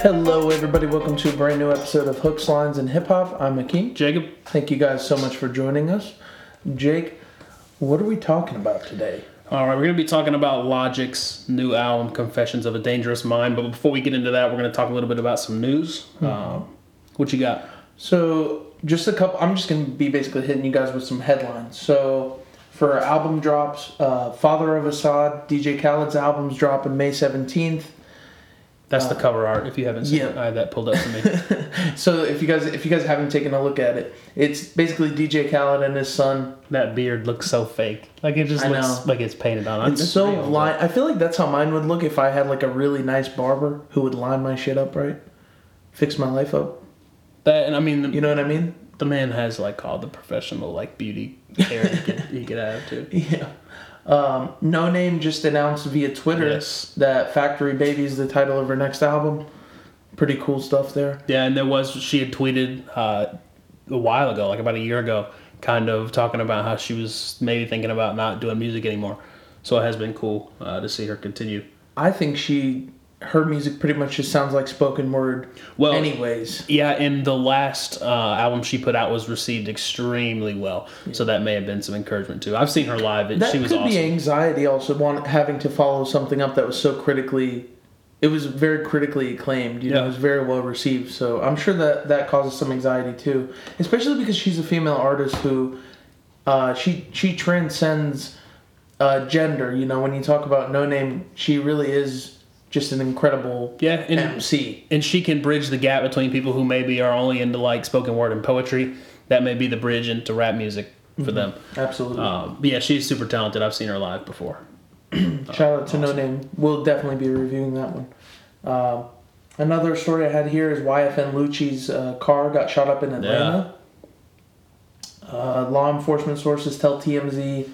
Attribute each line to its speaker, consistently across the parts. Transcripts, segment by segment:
Speaker 1: Hello, everybody. Welcome to a brand new episode of Hooks, Lines, and Hip Hop. I'm Akeem.
Speaker 2: Jacob,
Speaker 1: Thank you guys so much for joining us. Jake, what are we talking about today?
Speaker 2: all right, we're going to be talking about Logic's new album, Confessions of a Dangerous Mind. But before we get into that, we're going to talk a little bit about some news.
Speaker 1: Hmm.
Speaker 2: Um, what you got?
Speaker 1: So, just a couple, I'm just going to be basically hitting you guys with some headlines. So, for album drops, uh, Father of Assad, DJ Khaled's album's dropping May 17th.
Speaker 2: That's the cover art. If you haven't seen
Speaker 1: Uh, yeah.
Speaker 2: it, I had that pulled up for me.
Speaker 1: So, if you guys if you guys haven't taken a look at it, it's basically DJ Khaled and his son
Speaker 2: that beard looks so fake. Like it just
Speaker 1: I
Speaker 2: looks
Speaker 1: know.
Speaker 2: like it's painted on.
Speaker 1: It's so line. I feel like that's how mine would look if I had like a really nice barber who would line my shit up right, fix my life up.
Speaker 2: That and I mean, the,
Speaker 1: You know what I mean?
Speaker 2: the man has like all the professional like beauty care he could, he could have too.
Speaker 1: Yeah. Um, no name just announced via Twitter
Speaker 2: Yes.
Speaker 1: that Factory Baby is the title of her next album. Pretty cool stuff there.
Speaker 2: Yeah, and there was she had tweeted uh, a while ago, like about a year ago, kind of talking about how she was maybe thinking about not doing music anymore. So it has been cool uh, to see her continue.
Speaker 1: I think she her music pretty much just sounds like spoken word.
Speaker 2: Well-
Speaker 1: anyways,
Speaker 2: Yeah, and the last uh, album she put out was received extremely well, so that may have been some encouragement too. I've seen her live; and
Speaker 1: that
Speaker 2: she was
Speaker 1: could
Speaker 2: awesome.
Speaker 1: be anxiety also want, having to follow something up that was so critically it was very critically acclaimed you know it
Speaker 2: Yeah.
Speaker 1: was very well received so i'm sure that that causes some anxiety too especially because she's a female artist who uh, she she transcends uh, gender you know when you talk about no name she really is just an incredible
Speaker 2: yeah, and
Speaker 1: mc
Speaker 2: and she can bridge the gap between people who maybe are only into like spoken word and poetry. That may be the bridge into rap music for
Speaker 1: Mm-hmm.
Speaker 2: them.
Speaker 1: absolutely
Speaker 2: Um, but yeah, she's super talented. I've seen her live before.
Speaker 1: Shout out to No Name. We'll definitely be reviewing that one. Uh, another story I had here is YFN Lucci's uh, car got shot up in Atlanta. Uh, law enforcement sources tell TMZ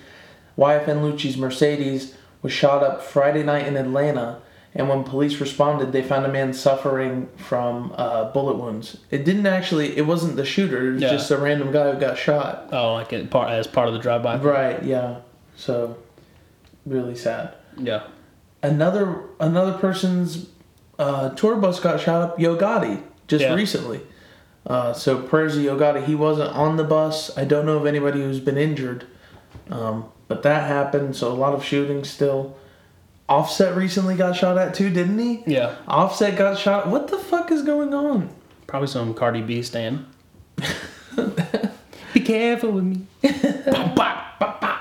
Speaker 1: YFN Lucci's Mercedes was shot up Friday night in Atlanta, and when police responded, they found a man suffering from uh, bullet wounds. It didn't actually, it wasn't the shooter, it was
Speaker 2: Yeah.
Speaker 1: just a random guy who got shot.
Speaker 2: Oh, like it, part as part of the drive by.
Speaker 1: Right, yeah. So, really sad
Speaker 2: Yeah.
Speaker 1: another another person's uh, tour bus got shot up. Yo Gotti just
Speaker 2: Yeah.
Speaker 1: recently. Uh, so prayers to Yo Gotti. He wasn't on the bus. I don't know of anybody who's been injured, um, but that happened. So a lot of shooting still. Offset recently got shot at too, didn't he?
Speaker 2: Yeah.
Speaker 1: Offset got shot. What the fuck is going on?
Speaker 2: Probably some Cardi B stand. Be careful with me. Bop, bop, bop, bop.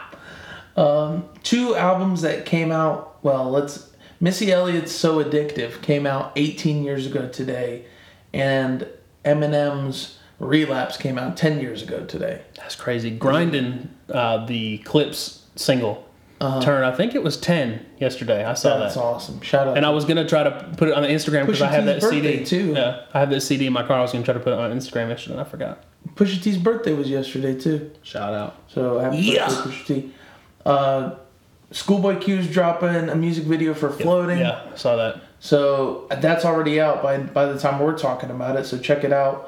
Speaker 1: Um, Two albums that came out. Well, let's. Missy Elliott's "So Addictive" came out 18 years ago today, and Eminem's "Relapse" came out 10 years ago today.
Speaker 2: That's crazy. Grinding uh, the clips single turn. I think it was ten yesterday. I saw
Speaker 1: That's
Speaker 2: that.
Speaker 1: awesome. Shout out.
Speaker 2: And I was gonna try to put it on the Instagram because
Speaker 1: Pusha
Speaker 2: I have that
Speaker 1: T's birthday,
Speaker 2: CD
Speaker 1: too.
Speaker 2: Yeah, I have that CD in my car. I was gonna try to put it on Instagram yesterday, and I forgot.
Speaker 1: Pusha T's birthday was yesterday too,
Speaker 2: Shout out.
Speaker 1: so happy
Speaker 2: Yeah.
Speaker 1: birthday, Pusha T. Uh, Schoolboy Q's dropping a music video for "Floating,"
Speaker 2: Yeah, I saw that.
Speaker 1: so that's already out by by the time we're talking about it. So check it out.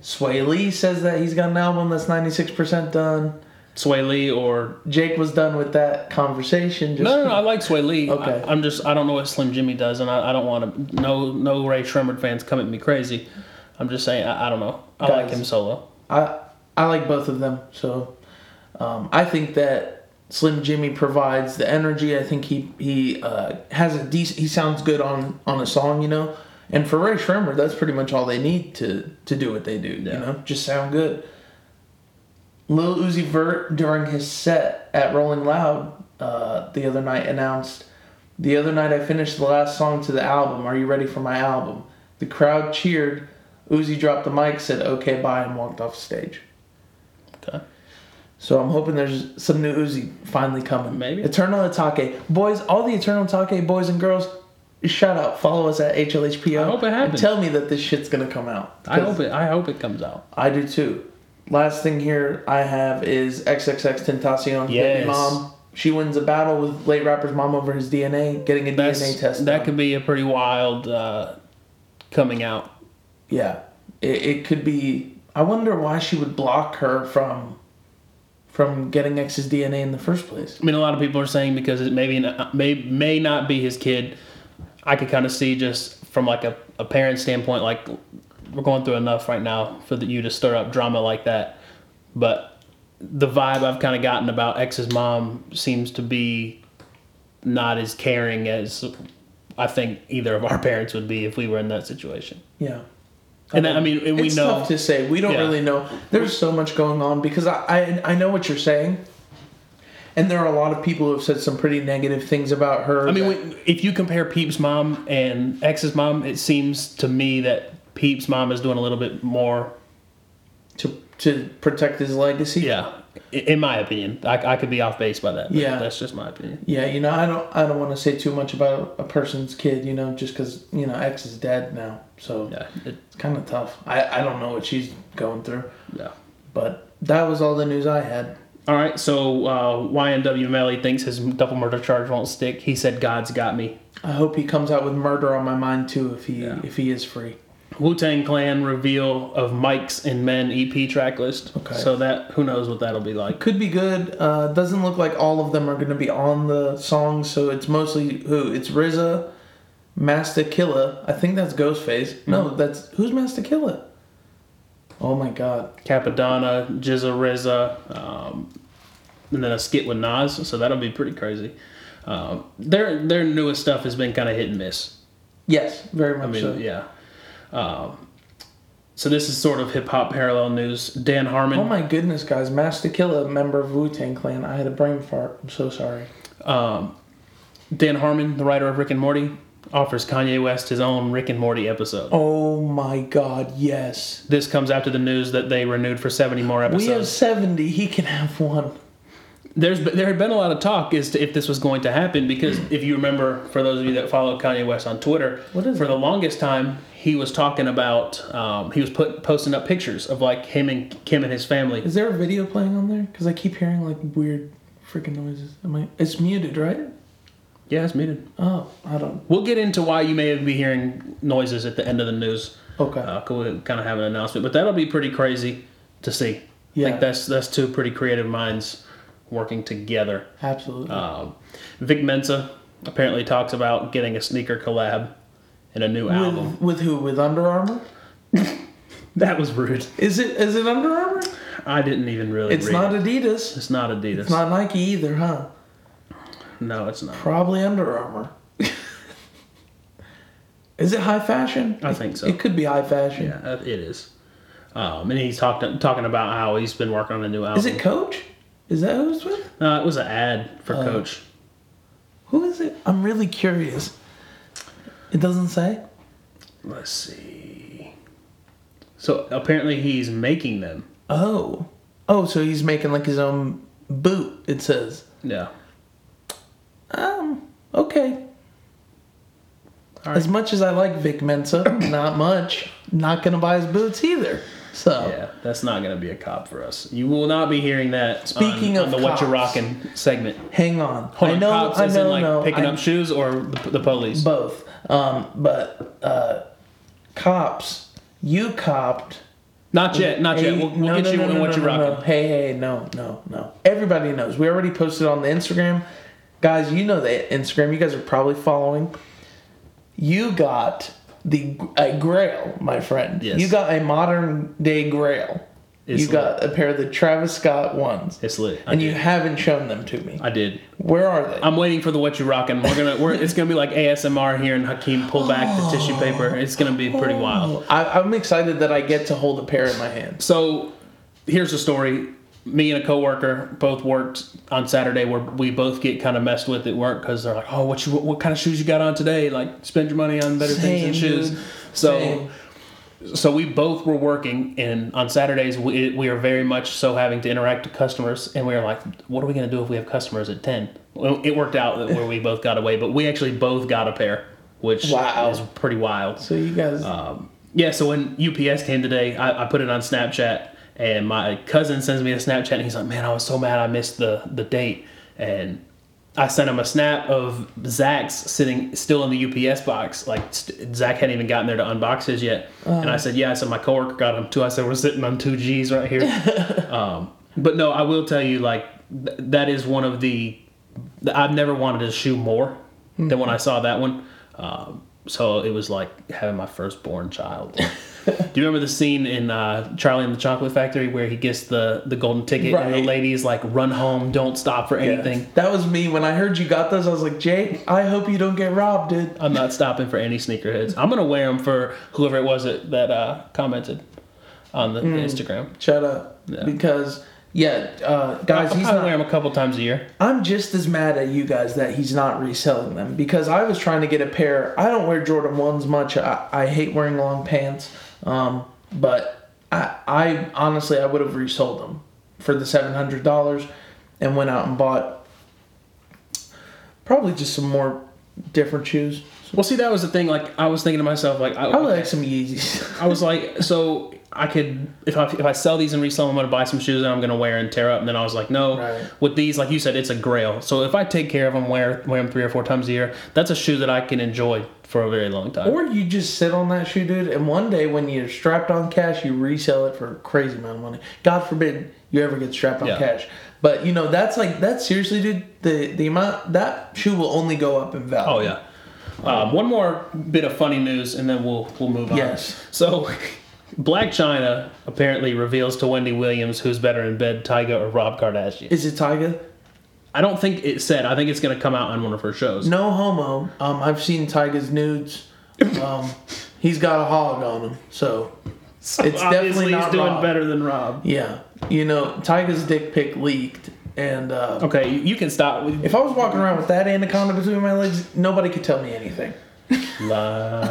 Speaker 1: Sway Lee says that he's got an album that's 96% done.
Speaker 2: Sway Lee or
Speaker 1: Jake was done with that conversation. Just,
Speaker 2: No, no, no, I like Sway Lee.
Speaker 1: Okay.
Speaker 2: I, am just I don't know what Slim Jimmy does, and I, I don't want to. No, no Ray Shremmerd fans come at me crazy. I'm just saying I, I don't know. I like
Speaker 1: Guys.
Speaker 2: him solo.
Speaker 1: I I like both of them. So um, I think that Slim Jimmy provides the energy. I think he he uh, has a decent. He sounds good on on a song, you know. And for Ray Shremmer, that's pretty much all they need to to do what they do. You
Speaker 2: Yeah.
Speaker 1: know, just sound good. Lil Uzi Vert during his set at Rolling Loud uh, the other night announced, "The other night I finished the last song to the album. Are you ready for my album?" The crowd cheered. Uzi dropped the mic, said "Okay, bye," and walked off stage.
Speaker 2: Okay.
Speaker 1: So I'm hoping there's some new Uzi finally coming.
Speaker 2: Maybe.
Speaker 1: Eternal Atake. Boys, all the Eternal Atake boys and girls, shout out. Follow us at HLHPO.
Speaker 2: I hope it
Speaker 1: And
Speaker 2: happens.
Speaker 1: tell me that this shit's going to come out.
Speaker 2: I hope it. I hope it comes out.
Speaker 1: I do too. Last thing here I have is XXX Tentacion.
Speaker 2: Yes.
Speaker 1: Mom. She wins a battle with late rapper's mom over his DNA, getting a DNA
Speaker 2: That's,
Speaker 1: test.
Speaker 2: that
Speaker 1: done.
Speaker 2: could be a pretty wild uh, coming out.
Speaker 1: Yeah. It, it could be. I wonder why she would block her from from getting X's DNA in the first place.
Speaker 2: I mean, a lot of people are saying because it maybe not- may may not be his kid. I could kind of see just from like a, a a parent standpoint, like we're going through enough right now for the, you to stir up drama like that. But the vibe I've kind of gotten about X's mom seems to be not as caring as I think either of our parents would be if we were in that situation.
Speaker 1: Yeah.
Speaker 2: And I mean, and we
Speaker 1: it's
Speaker 2: know
Speaker 1: tough to say. We don't
Speaker 2: Yeah.
Speaker 1: really know. There's so much going on because I, I I know what you're saying, and there are a lot of people who have said some pretty negative things about her.
Speaker 2: I mean,
Speaker 1: that-
Speaker 2: when, if you compare Peep's mom and X's mom, it seems to me that Peep's mom is doing a little bit more.
Speaker 1: to to protect his legacy.
Speaker 2: Yeah, i- in my opinion, I, I could be off base by that. but
Speaker 1: Yeah.
Speaker 2: that's just my opinion.
Speaker 1: Yeah, you know, I don't I don't want to say too much about a person's kid, you know, just because you know X is dead now, so
Speaker 2: Yeah, it,
Speaker 1: it's kind of tough. I I don't know what she's going through,
Speaker 2: yeah.
Speaker 1: but that was all the news I had.
Speaker 2: All right, so uh, YNW Melly thinks his double murder charge won't stick. He said, "God's got me."
Speaker 1: I hope he comes out with murder on my mind too, if he
Speaker 2: Yeah.
Speaker 1: if he is free.
Speaker 2: Wu Tang Clan reveal of Mike's and Men EP track list.
Speaker 1: Okay.
Speaker 2: So that who knows what that'll be like.
Speaker 1: Could be good. Uh, doesn't look like all of them are going to be on the song, so it's mostly who? It's RZA, Master Killa. I think that's Ghostface.
Speaker 2: Hmm.
Speaker 1: No, that's who's Master Killa. Oh my God!
Speaker 2: Capadonna, Jizza Rizza, um, and then a skit with Nas. So that'll be pretty crazy. Um, their their newest stuff has been kind of hit and miss.
Speaker 1: Yes, very much
Speaker 2: I mean,
Speaker 1: so.
Speaker 2: yeah. Um, so this is sort of hip hop parallel news. Dan Harmon.
Speaker 1: Oh my goodness, guys! Master Killa, member of Wu Tang Clan. I had a brain fart. I'm so sorry.
Speaker 2: Um, Dan Harmon, the writer of Rick and Morty, offers Kanye West his own Rick and Morty episode.
Speaker 1: Oh my God! Yes,
Speaker 2: This comes after the news that they renewed for 70 more
Speaker 1: we have
Speaker 2: episodes.
Speaker 1: seventy. He can have one.
Speaker 2: There's been- there had been a lot of talk as to if this was going to happen because if you remember, for those of you that follow Kanye West on Twitter,
Speaker 1: What is
Speaker 2: for the longest time he was talking about um, he was put posting up pictures of like him and Kim and his family.
Speaker 1: Is there a video playing on there? Because I keep hearing like weird freaking noises. Am I? It's muted, right?
Speaker 2: Yeah, it's muted.
Speaker 1: Oh, I don't.
Speaker 2: We'll get into why you may be hearing noises at the end of the news.
Speaker 1: Okay.
Speaker 2: uh, cool, we kind of have an announcement, but that'll be pretty crazy to see. I
Speaker 1: Yeah.
Speaker 2: think that's that's two pretty creative minds working together.
Speaker 1: Absolutely.
Speaker 2: Um, Vic Mensa apparently talks about getting a sneaker collab and a new album.
Speaker 1: with, with who? With Under Armour?
Speaker 2: That was rude.
Speaker 1: Is it is it Under Armour?
Speaker 2: I didn't even really.
Speaker 1: It's
Speaker 2: read
Speaker 1: not
Speaker 2: It.
Speaker 1: Adidas.
Speaker 2: It's not Adidas.
Speaker 1: It's not Nike either, huh?
Speaker 2: no, it's not.
Speaker 1: Probably Under Armour. is it high fashion?
Speaker 2: I think so.
Speaker 1: It could be high fashion.
Speaker 2: yeah, uh, it is. Um, and he's talked, talking about how he's been working on a new album.
Speaker 1: Is it Coach? Is that who it's with?
Speaker 2: No, it was an ad for
Speaker 1: Oh.
Speaker 2: Coach.
Speaker 1: Who is it? I'm really curious. It doesn't say.
Speaker 2: Let's see. So apparently he's making them.
Speaker 1: Oh. Oh, so he's making like his own boot. It says.
Speaker 2: Yeah.
Speaker 1: Um. Okay.
Speaker 2: All
Speaker 1: As much as I like Vic Mensa, not much. Not gonna buy his boots either. So
Speaker 2: Yeah, that's not going to be a cop for us. You will not be hearing that.
Speaker 1: Speaking
Speaker 2: on,
Speaker 1: of
Speaker 2: on the what you
Speaker 1: cops.
Speaker 2: rocking segment.
Speaker 1: hang on.
Speaker 2: Hold
Speaker 1: I
Speaker 2: on,
Speaker 1: know.
Speaker 2: cops
Speaker 1: I
Speaker 2: as
Speaker 1: know.
Speaker 2: in like
Speaker 1: no,
Speaker 2: picking
Speaker 1: I-
Speaker 2: up shoes or the, the police.
Speaker 1: both. Um, but uh, cops, you copped.
Speaker 2: not yet, not
Speaker 1: a-
Speaker 2: yet. We'll, we'll
Speaker 1: no,
Speaker 2: get
Speaker 1: no,
Speaker 2: you
Speaker 1: no,
Speaker 2: on
Speaker 1: no,
Speaker 2: what
Speaker 1: no,
Speaker 2: you
Speaker 1: no,
Speaker 2: rocking.
Speaker 1: no. Hey, hey, no, no, no. Everybody knows. We already posted on the Instagram, guys. You know the Instagram. You guys are probably following. You got the a Grail, my friend.
Speaker 2: Yes.
Speaker 1: You got a modern day Grail.
Speaker 2: It's
Speaker 1: you got a pair of the Travis Scott ones.
Speaker 2: It's lit. I
Speaker 1: and
Speaker 2: did.
Speaker 1: you haven't shown them to me.
Speaker 2: I did.
Speaker 1: Where are they?
Speaker 2: I'm waiting for the what you rocking. We're gonna. We're, it's gonna be like ASMR here, and Hakeem pull back the tissue paper. It's gonna be pretty wild.
Speaker 1: I, I'm excited that I get to hold a pair in my hands.
Speaker 2: So here's the story. Me and a coworker both worked on Saturday where we both get kind of messed with at work because they're like, "Oh, what you what kind of shoes you got on today? Like, spend your money on better things
Speaker 1: Same,
Speaker 2: than shoes."
Speaker 1: dude.
Speaker 2: So,
Speaker 1: Same.
Speaker 2: so we both were working, and on Saturdays we we are very much so having to interact with customers, and we were like, "What are we gonna do if we have customers at 10? Well, it worked out that where we both got away, but we actually both got a pair, which
Speaker 1: Wow.
Speaker 2: is pretty wild.
Speaker 1: So you guys,
Speaker 2: Um, yeah, so when UPS came today, I, I put it on Snapchat, and my cousin sends me a Snapchat, and he's like, "Man, I was so mad I missed the the date." And I sent him a snap of Zach's sitting still in the UPS box, like st- Zach hadn't even gotten there to unbox his yet. And I said, "Yeah," I said my coworker got him too. I said, "We're sitting on two G's right here." um, but no, I will tell you, like th- that is one
Speaker 1: Hmm.
Speaker 2: of the th- I've never wanted a shoe more than when I saw that one. Um, so it was like having my firstborn child. Do you remember the scene in uh, Charlie and the Chocolate Factory where he gets the, the golden ticket and the
Speaker 1: Right.
Speaker 2: lady's like, run home, don't stop for anything?
Speaker 1: That was me. When I heard you got those, I was like, Jake, I hope you don't get robbed, dude.
Speaker 2: I'm not stopping for any sneakerheads. I'm gonna wear them for whoever it was that, that uh, commented on the
Speaker 1: Hmm.
Speaker 2: Instagram.
Speaker 1: Shut up.
Speaker 2: Yeah.
Speaker 1: Because, yeah, uh, guys,
Speaker 2: I'll
Speaker 1: he's
Speaker 2: probably
Speaker 1: not.
Speaker 2: wear them a couple times a year.
Speaker 1: I'm just as mad at you guys that he's not reselling them because I was trying to get a pair. I don't wear Jordan ones much. I, I hate wearing long pants. Um, but I, I honestly I would have resold them for the seven hundred dollars, and went out and bought probably just some more different shoes.
Speaker 2: Well, see, that was the thing. Like, I was thinking to myself, like, I,
Speaker 1: Probably like some Yeezys.
Speaker 2: I was like, so I could if I, if I sell these and resell them, I'm gonna buy some shoes that I'm gonna wear and tear up. And then I was like, no,
Speaker 1: Right.
Speaker 2: with these, like you said, it's a grail. So if I take care of them, wear wear them three or four times a year, that's a shoe that I can enjoy for a very long time.
Speaker 1: Or you just sit on that shoe, dude, and one day when you're strapped on cash, you resell it for a crazy amount of money. God forbid you ever get strapped on
Speaker 2: Yeah.
Speaker 1: cash. But you know, that's like that's seriously, dude, the the amount that shoe will only go up in value.
Speaker 2: Oh yeah. Um, one more bit of funny news, and then we'll we'll move on.
Speaker 1: Yes.
Speaker 2: So, Black China apparently reveals to Wendy Williams who's better in bed, Tyga or Rob Kardashian.
Speaker 1: Is it Tyga?
Speaker 2: I don't think it said. I think it's gonna come out on one of her shows.
Speaker 1: No homo. Um, I've seen Tyga's nudes. Um, he's got a hog on him, so
Speaker 2: So
Speaker 1: it's
Speaker 2: obviously
Speaker 1: definitely
Speaker 2: he's
Speaker 1: not
Speaker 2: doing
Speaker 1: Rob.
Speaker 2: better than Rob.
Speaker 1: yeah. You know, Tyga's dick pic leaked, and uh,
Speaker 2: Okay, you, you can stop. with-
Speaker 1: if I was walking around with that anaconda between my legs, nobody could tell me anything.
Speaker 2: La,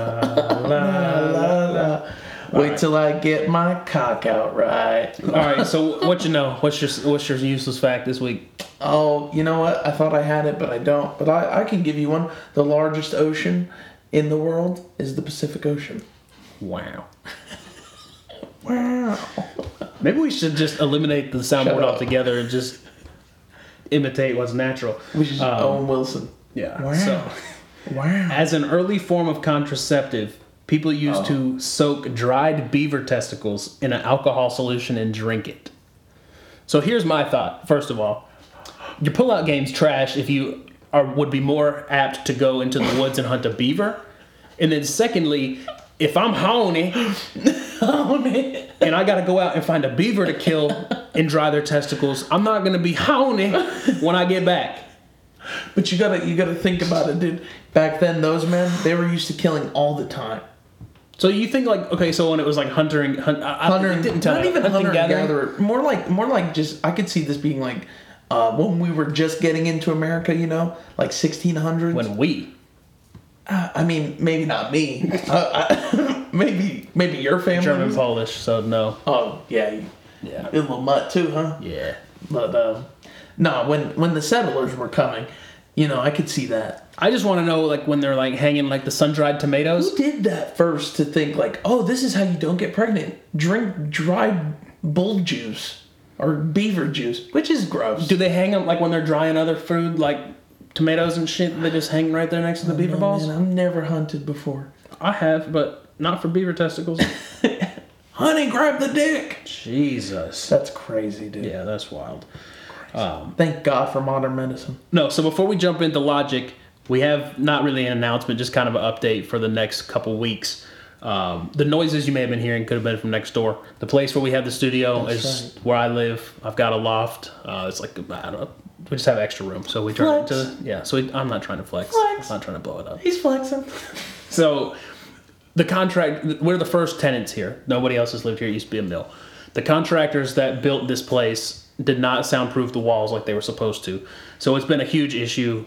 Speaker 2: la,
Speaker 1: La, la. Wait
Speaker 2: right.
Speaker 1: till I get my cock out right.
Speaker 2: All right, so what you know? What's your what's your useless fact this week?
Speaker 1: Oh, you know what? I thought I had it, but I don't. But I, I can give you one. The largest ocean in the world is the Pacific Ocean.
Speaker 2: Wow.
Speaker 1: Wow.
Speaker 2: Maybe we should just eliminate the
Speaker 1: Shut
Speaker 2: soundboard
Speaker 1: up.
Speaker 2: altogether and just imitate what's natural.
Speaker 1: Which is
Speaker 2: Um,
Speaker 1: Owen Wilson.
Speaker 2: Yeah.
Speaker 1: Wow.
Speaker 2: So,
Speaker 1: Wow.
Speaker 2: as an early form of contraceptive, people used to soak dried beaver testicles in an alcohol solution and drink it. So here's my thought. First of all, your pull-out game's trash if you are would be more apt to go into the woods and hunt a beaver. And then secondly, if I'm horny and I gotta go out and find a beaver to kill and dry their testicles, I'm not gonna be horny when I get back.
Speaker 1: But you gotta you gotta think about it, dude. Back then, those men they were used to killing all the time.
Speaker 2: So you think like okay, so when it was like hunter and hunt, I,
Speaker 1: Hunter,
Speaker 2: I, it didn't tell
Speaker 1: not
Speaker 2: me.
Speaker 1: even
Speaker 2: Hunting,
Speaker 1: hunter and
Speaker 2: gathering?
Speaker 1: gatherer. More like more like just I could see this being like uh, when we were just getting into America, you know, like 1600s.
Speaker 2: When we,
Speaker 1: I mean, maybe not me. Uh, I, maybe maybe your family.
Speaker 2: German Polish, so no.
Speaker 1: Oh yeah, you,
Speaker 2: Yeah.
Speaker 1: you little mutt too, huh?
Speaker 2: Yeah.
Speaker 1: But um, no, when when the settlers were coming, you know, I could see that.
Speaker 2: I just want to know like when they're like hanging like the sun dried tomatoes.
Speaker 1: Who did that first to think like, oh, this is how you don't get pregnant? Drink dried bull juice or beaver juice, which is gross.
Speaker 2: Do they hang them like when they're drying other food like tomatoes and shit? They just hang right there next to the beaver
Speaker 1: Oh,
Speaker 2: balls.
Speaker 1: man, I've never hunted before.
Speaker 2: I have, but not for beaver testicles.
Speaker 1: Honey, grab the dick.
Speaker 2: Jesus.
Speaker 1: That's crazy, dude.
Speaker 2: Yeah, that's wild. Um,
Speaker 1: Thank God for modern medicine.
Speaker 2: No, so before we jump into logic, we have not really an announcement, just kind of an update for the next couple weeks. Um, the noises you may have been hearing could have been from next door. The place where we have the studio
Speaker 1: That's
Speaker 2: is where I live. I've got a loft. Uh, it's like I don't know. We just have extra room, so we turn it
Speaker 1: Flex.
Speaker 2: into yeah. So we, I'm not trying to flex.
Speaker 1: Flex.
Speaker 2: I'm not trying to blow it up.
Speaker 1: He's flexing.
Speaker 2: So the contract, we're the first tenants here. Nobody else has lived here. It used to be a mill. The contractors that built this place did not soundproof the walls like they were supposed to. So it's been a huge issue,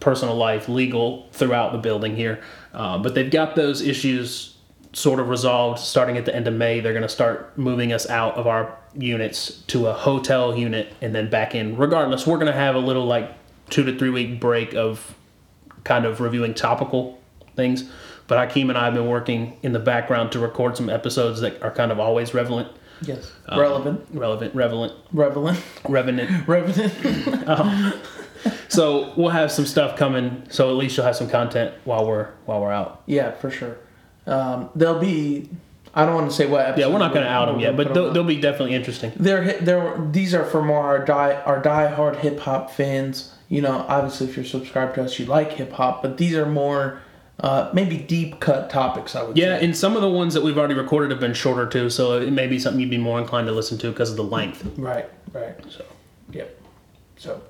Speaker 2: personal life, legal, throughout the building here. Uh, but they've got those issues sort of resolved starting at the end of May. They're going to start moving us out of our units to a hotel unit and then back in. Regardless, we're going to have a little like two to three week break of kind of reviewing topical things. But Hakeem and I have been working in the background to record some episodes that are kind of always relevant, Um,
Speaker 1: Yes. relevant.
Speaker 2: relevant, relevant,
Speaker 1: Relevant.
Speaker 2: revenant.
Speaker 1: Relevant.
Speaker 2: so we'll have some stuff coming. So at least you'll have some content while we're while we're out.
Speaker 1: yeah, for sure. Um, there'll be. I don't want to say what. Episode
Speaker 2: Yeah, we're not going to out them
Speaker 1: we're
Speaker 2: yet,
Speaker 1: gonna
Speaker 2: but
Speaker 1: put 'em
Speaker 2: they'll,
Speaker 1: out.
Speaker 2: they'll be definitely interesting.
Speaker 1: they're hi- they're these are for more our die our diehard hip hop fans. You know, obviously, if you're subscribed to us, you like hip hop, but these are more uh, maybe deep cut topics. I would.
Speaker 2: Yeah,
Speaker 1: say.
Speaker 2: and some of the ones that we've already recorded have been shorter too, so it may be something you'd be more inclined to listen to because of the length.
Speaker 1: Right. Right.
Speaker 2: So
Speaker 1: Yep. So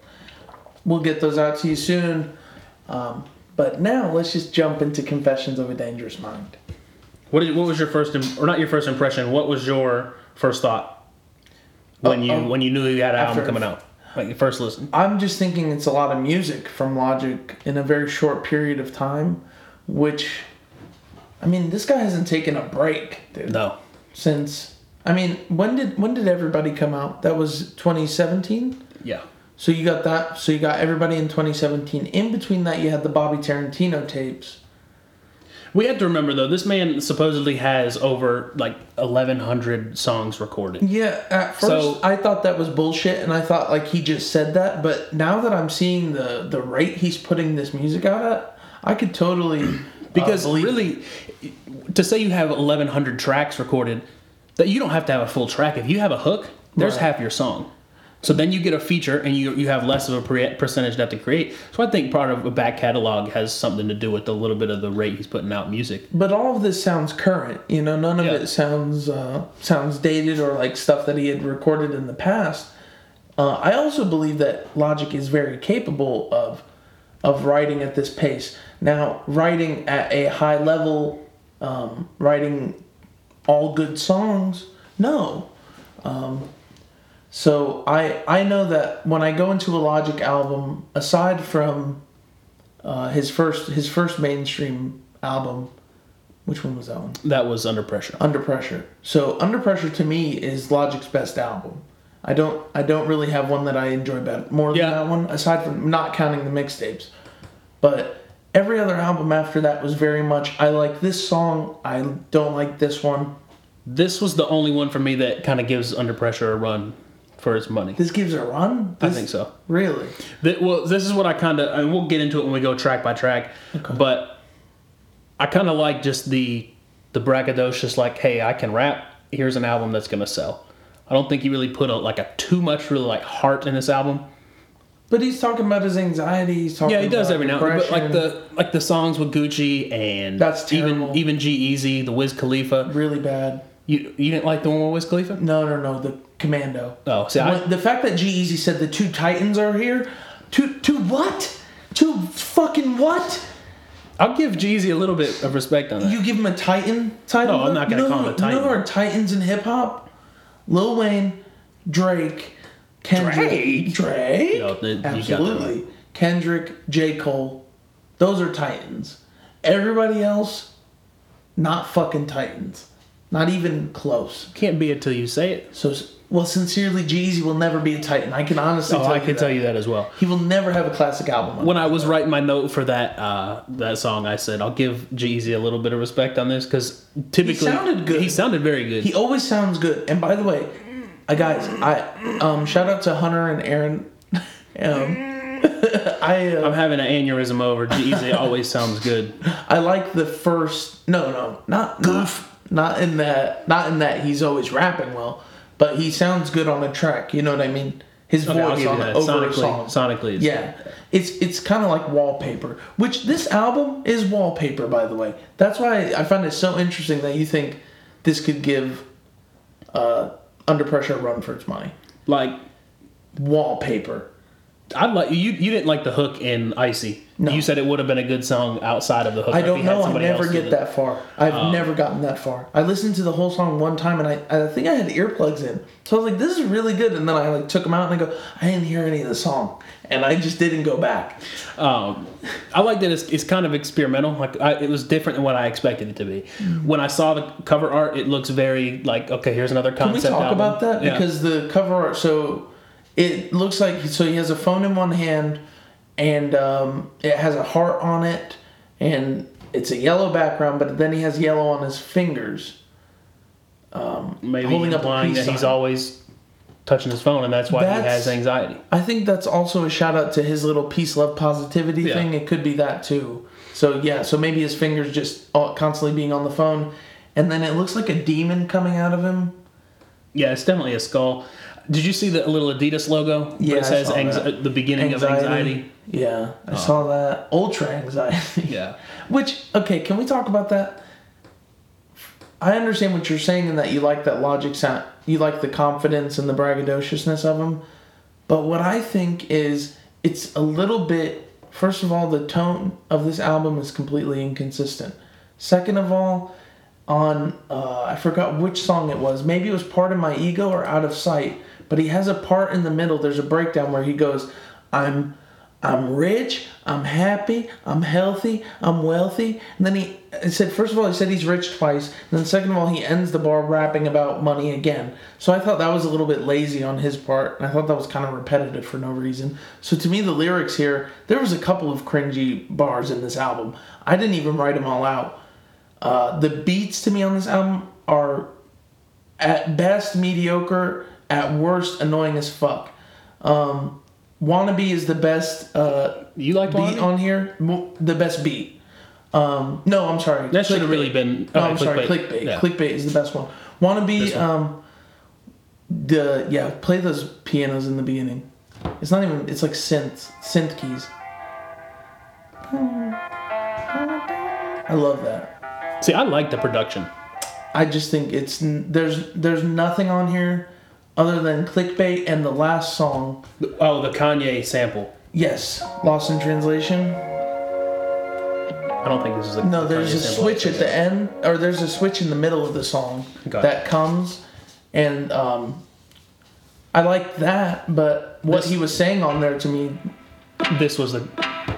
Speaker 1: we'll get those out to you soon. Um, but now let's just jump into Confessions of a Dangerous Mind.
Speaker 2: What did, what was your first im- or not your first impression? What was your first thought when
Speaker 1: Oh,
Speaker 2: you
Speaker 1: oh,
Speaker 2: when you knew you had an album
Speaker 1: after-
Speaker 2: coming out? Like your first listen.
Speaker 1: I'm just thinking it's a lot of music from Logic in a very short period of time, which, I mean, this guy hasn't taken a break, dude.
Speaker 2: No,
Speaker 1: Since I mean, when did when did everybody come out? That was 2017.
Speaker 2: yeah,
Speaker 1: So you got that. So you got everybody in 2017. In between that, you had the Bobby Tarantino tapes.
Speaker 2: we have to remember though. This man supposedly has over like eleven hundred songs recorded.
Speaker 1: Yeah, at first
Speaker 2: So-
Speaker 1: I thought that was bullshit, and I thought like he just said that. But now that I'm seeing the the rate he's putting this music out at, I could totally
Speaker 2: Because
Speaker 1: uh, believe-
Speaker 2: really, to say you have eleven hundred tracks recorded, that you don't have to have a full track. If you have a hook, there's
Speaker 1: Right.
Speaker 2: half your song. So then you get a feature, and you you have less of a pre- percentage to have to create. So I think part of a back catalog has something to do with the little bit of the rate he's putting out music.
Speaker 1: But all of this sounds current, you know. None of
Speaker 2: Yeah.
Speaker 1: it sounds uh, sounds dated or like stuff that he had recorded in the past. Uh, I also believe that Logic is very capable of of writing at this pace. Now, writing at a high level, um, writing all good songs, no. Um, so I I know that when I go into a Logic album, aside from uh, his first his first mainstream album, which one was that one?
Speaker 2: That was under pressure.
Speaker 1: Under Pressure. So Under Pressure to me is Logic's best album. I don't I don't really have one that I enjoy better more than
Speaker 2: Yeah.
Speaker 1: that one, aside from not counting the mixtapes. But every other album after that was very much I like this song, I don't like this one.
Speaker 2: This was the only one for me that kind of gives under pressure a run for its money.
Speaker 1: This gives it a run?
Speaker 2: I
Speaker 1: This-
Speaker 2: think so.
Speaker 1: Really?
Speaker 2: Th- well, this is what I kind of, and we'll get into it when we go track by track. But I kind of like just the the braggadocious, like, hey, I can rap. Here's an album that's gonna sell. I don't think he really put a, like a too much really like heart in this album.
Speaker 1: But he's talking about his anxiety, he's talking
Speaker 2: Yeah, he does
Speaker 1: about
Speaker 2: every now and then. But like
Speaker 1: depression.
Speaker 2: the like the songs with Gucci and
Speaker 1: That's
Speaker 2: even
Speaker 1: terrible.
Speaker 2: even G Easy, the Wiz Khalifa.
Speaker 1: really bad.
Speaker 2: You you didn't like the one with Wiz Khalifa?
Speaker 1: No, no, no, the commando.
Speaker 2: Oh, see, I,
Speaker 1: When- the fact that G Easy said the two Titans are here, to to what? To fucking what?
Speaker 2: I'll give Jeezy a little bit of respect on that.
Speaker 1: You give him a Titan title?
Speaker 2: No, I'm not gonna
Speaker 1: You know
Speaker 2: call him a
Speaker 1: who-
Speaker 2: Titan.
Speaker 1: You know who are Titans in hip hop? Lil Wayne, Drake, Kendrick,
Speaker 2: Drake?
Speaker 1: Drake,
Speaker 2: Yo, they- you got that
Speaker 1: absolutely. Kendrick, J Cole, those are Titans. Everybody else, not fucking Titans. Not even close.
Speaker 2: Can't be it till you say it.
Speaker 1: So, s- well, sincerely, Jeezy will never be a Titan. I can honestly
Speaker 2: Oh,
Speaker 1: tell
Speaker 2: I
Speaker 1: you
Speaker 2: can
Speaker 1: that.
Speaker 2: tell you that as well.
Speaker 1: He will never have a classic album.
Speaker 2: When I was writing my note for that uh, that song, I said I'll give Jeezy a little bit of respect on this because typically
Speaker 1: sounded good.
Speaker 2: He sounded very good.
Speaker 1: He always sounds good. And by the way, uh, guys, I um shout out to Hunter and Aaron. Um, I
Speaker 2: I'm
Speaker 1: uh,
Speaker 2: having an aneurysm over Jeezy. always sounds good.
Speaker 1: I like the first. No, no, not goof. Not, in that. Not in that. He's always rapping well, but he sounds good on a track. You know what I mean? His
Speaker 2: Okay, I'll
Speaker 1: voice
Speaker 2: give you
Speaker 1: on
Speaker 2: that.
Speaker 1: over a
Speaker 2: Sonically,
Speaker 1: song.
Speaker 2: sonically, it's-
Speaker 1: Yeah, it's it's kind of like wallpaper, which this album is wallpaper, by the way. That's why I find it so interesting that you think this could give uh, Under Pressure a run for its money.
Speaker 2: like
Speaker 1: Wallpaper.
Speaker 2: I like you. You didn't like the hook in Icy.
Speaker 1: No.
Speaker 2: You said it would have been a good song outside of the hook.
Speaker 1: I
Speaker 2: if he
Speaker 1: don't
Speaker 2: had
Speaker 1: know. I
Speaker 2: somebody
Speaker 1: never
Speaker 2: else do Um,
Speaker 1: get
Speaker 2: the-
Speaker 1: that far. I've never gotten that far. I listened to the whole song one time, and I I think I had earplugs in, so I was like, "This is really good." And then I like took them out, and I go, "I didn't hear any of the song," and I just didn't go back.
Speaker 2: Um, I like that it's, it's kind of experimental. Like I, it was different than what I expected it to be.
Speaker 1: Mm.
Speaker 2: When I saw the cover art, it looks very like okay. Here's another
Speaker 1: Can we
Speaker 2: concept.
Speaker 1: talk
Speaker 2: album.
Speaker 1: about that?
Speaker 2: Yeah.
Speaker 1: Because the cover art, so it looks like so he has a phone in one hand, and um, it has a heart on it, and it's a yellow background, but then he has yellow on his fingers.
Speaker 2: maybe
Speaker 1: holding up a
Speaker 2: implying
Speaker 1: peace
Speaker 2: that he's
Speaker 1: sign.
Speaker 2: always touching his phone, and that's why he
Speaker 1: That's-
Speaker 2: has anxiety.
Speaker 1: I think that's also a shout out to his little peace, love, positivity
Speaker 2: Yeah.
Speaker 1: thing. It could be that too. So yeah, so maybe his fingers just all- constantly being on the phone, and then it looks like a demon coming out of him.
Speaker 2: Yeah, it's definitely a skull. Did you see the little Adidas logo? where
Speaker 1: Yeah, I
Speaker 2: it says
Speaker 1: saw
Speaker 2: anxi-
Speaker 1: that.
Speaker 2: the beginning of anxiety. Oh.
Speaker 1: Yeah, I saw that. Ultra anxiety.
Speaker 2: Yeah.
Speaker 1: Which okay, can we talk about that? I understand what you're saying in that you like that logic sound, you like the confidence and the braggadociousness of him. But what I think is it's a little bit. First of all, the tone of this album is completely inconsistent. Second of all, on uh, I forgot which song it was. Maybe it was part of my ego or out of sight. But he has a part in the middle. There's a breakdown where he goes, "I'm, I'm rich. I'm happy. I'm healthy. I'm wealthy." And then he, he said, first of all, he said he's rich twice. And then second of all, he ends the bar rapping about money again. So I thought that was a little bit lazy on his part, and I thought that was kind of repetitive for no reason. So to me, the lyrics here, there was a couple of cringy bars in this album. I didn't even write them all out. Uh, the beats to me on this album are at best mediocre, at worst annoying as fuck. Um, Wannabe is the best uh,
Speaker 2: You liked
Speaker 1: beat
Speaker 2: Wannabe?
Speaker 1: on here, mo- the best beat. Um, no, I'm sorry.
Speaker 2: That should
Speaker 1: Clickbait.
Speaker 2: have really been.
Speaker 1: No,
Speaker 2: okay,
Speaker 1: I'm sorry, clickbait.
Speaker 2: Yeah.
Speaker 1: Clickbait is the best one. Wannabe,
Speaker 2: This one.
Speaker 1: um, the yeah, play those pianos in the beginning. It's not even. It's like synth, synth keys. I love that.
Speaker 2: See, I like the production.
Speaker 1: I just think it's n- there's there's nothing on here other than clickbait and the last song.
Speaker 2: Oh, the Kanye sample.
Speaker 1: Yes, Lost in Translation.
Speaker 2: I don't think this is a.
Speaker 1: No,
Speaker 2: Kanye
Speaker 1: there's a
Speaker 2: sample.
Speaker 1: switch at the end, or there's a switch in the middle of the song
Speaker 2: Got it.
Speaker 1: that comes, and um, I like that. But what
Speaker 2: This-
Speaker 1: he was saying on there to me,
Speaker 2: This was the.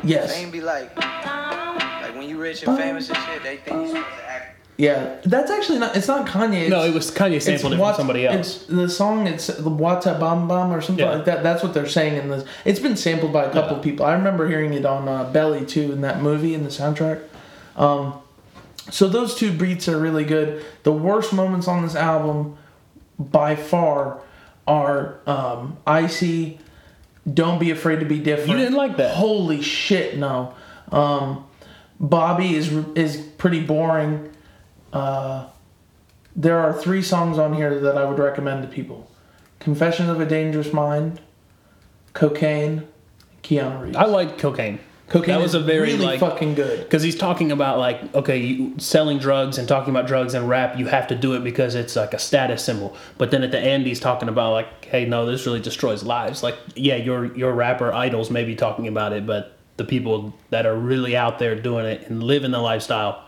Speaker 1: yes,
Speaker 3: Fame be like, like when you rich and famous and shit, they think you supposed to act.
Speaker 1: yeah, that's actually not. It's not Kanye. It's,
Speaker 2: No, it was Kanye
Speaker 1: it's
Speaker 2: sampled it
Speaker 1: Wat-
Speaker 2: from somebody else.
Speaker 1: It's the song. It's the Wata Bam Bam or something
Speaker 2: Yeah.
Speaker 1: like that. That's what they're saying in this. It's been sampled by a couple
Speaker 2: Yeah.
Speaker 1: people. I remember hearing it on uh, Belly too in that movie in the soundtrack. Um, so those two beats are really good. The worst moments on this album, by far, are um, "Icy," "Don't Be Afraid to Be Different."
Speaker 2: You didn't like that?
Speaker 1: Holy shit, no. Um, Bobby is is pretty boring. Uh, there are three songs on here that I would recommend to people: "Confessions of a Dangerous Mind," "Cocaine," Keanu Reeves.
Speaker 2: I liked cocaine.
Speaker 1: Cocaine
Speaker 2: That was
Speaker 1: is
Speaker 2: a very
Speaker 1: really
Speaker 2: like.
Speaker 1: fucking good.
Speaker 2: because he's talking about like okay you, selling drugs and talking about drugs and rap you have to do it because it's like a status symbol but then at the end he's talking about like hey no this really destroys lives like yeah your your rapper idols may be talking about it but the people that are really out there doing it and living the lifestyle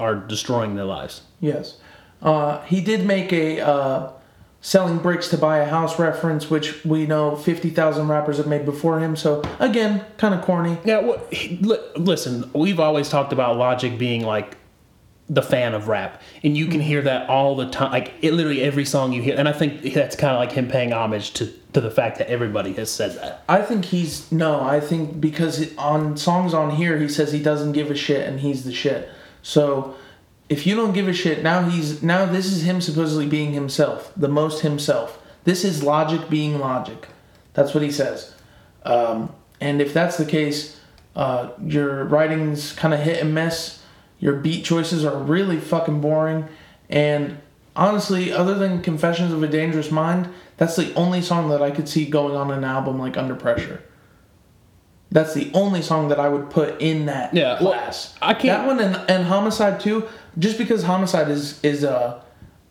Speaker 2: are destroying their lives
Speaker 1: Yes, uh, he did make a uh, "Selling Bricks to Buy a House" reference, which we know fifty thousand rappers have made before him. So again, kind of corny.
Speaker 2: yeah well, he- li- listen we've always talked about logic being like the fan of rap and you can hear that all the time like it literally every song you hear and i think that's kind of like him paying homage to to the fact that everybody has said that
Speaker 1: I think he's no. I think because it- on songs on here he says he doesn't give a shit and he's the shit. So if you don't give a shit now, he's now this is him supposedly being himself, the most himself. This is logic being logic. That's what he says. Um, and if that's the case, uh, your writing's kind of hit and miss. Your beat choices are really fucking boring. And honestly, other than Confessions of a Dangerous Mind, that's the only song that I could see going on an album like Under Pressure. That's the only song that I would put in that
Speaker 2: Yeah, well,
Speaker 1: class.
Speaker 2: I can't-
Speaker 1: That one and, and Homicide too. Just because Homicide is is uh,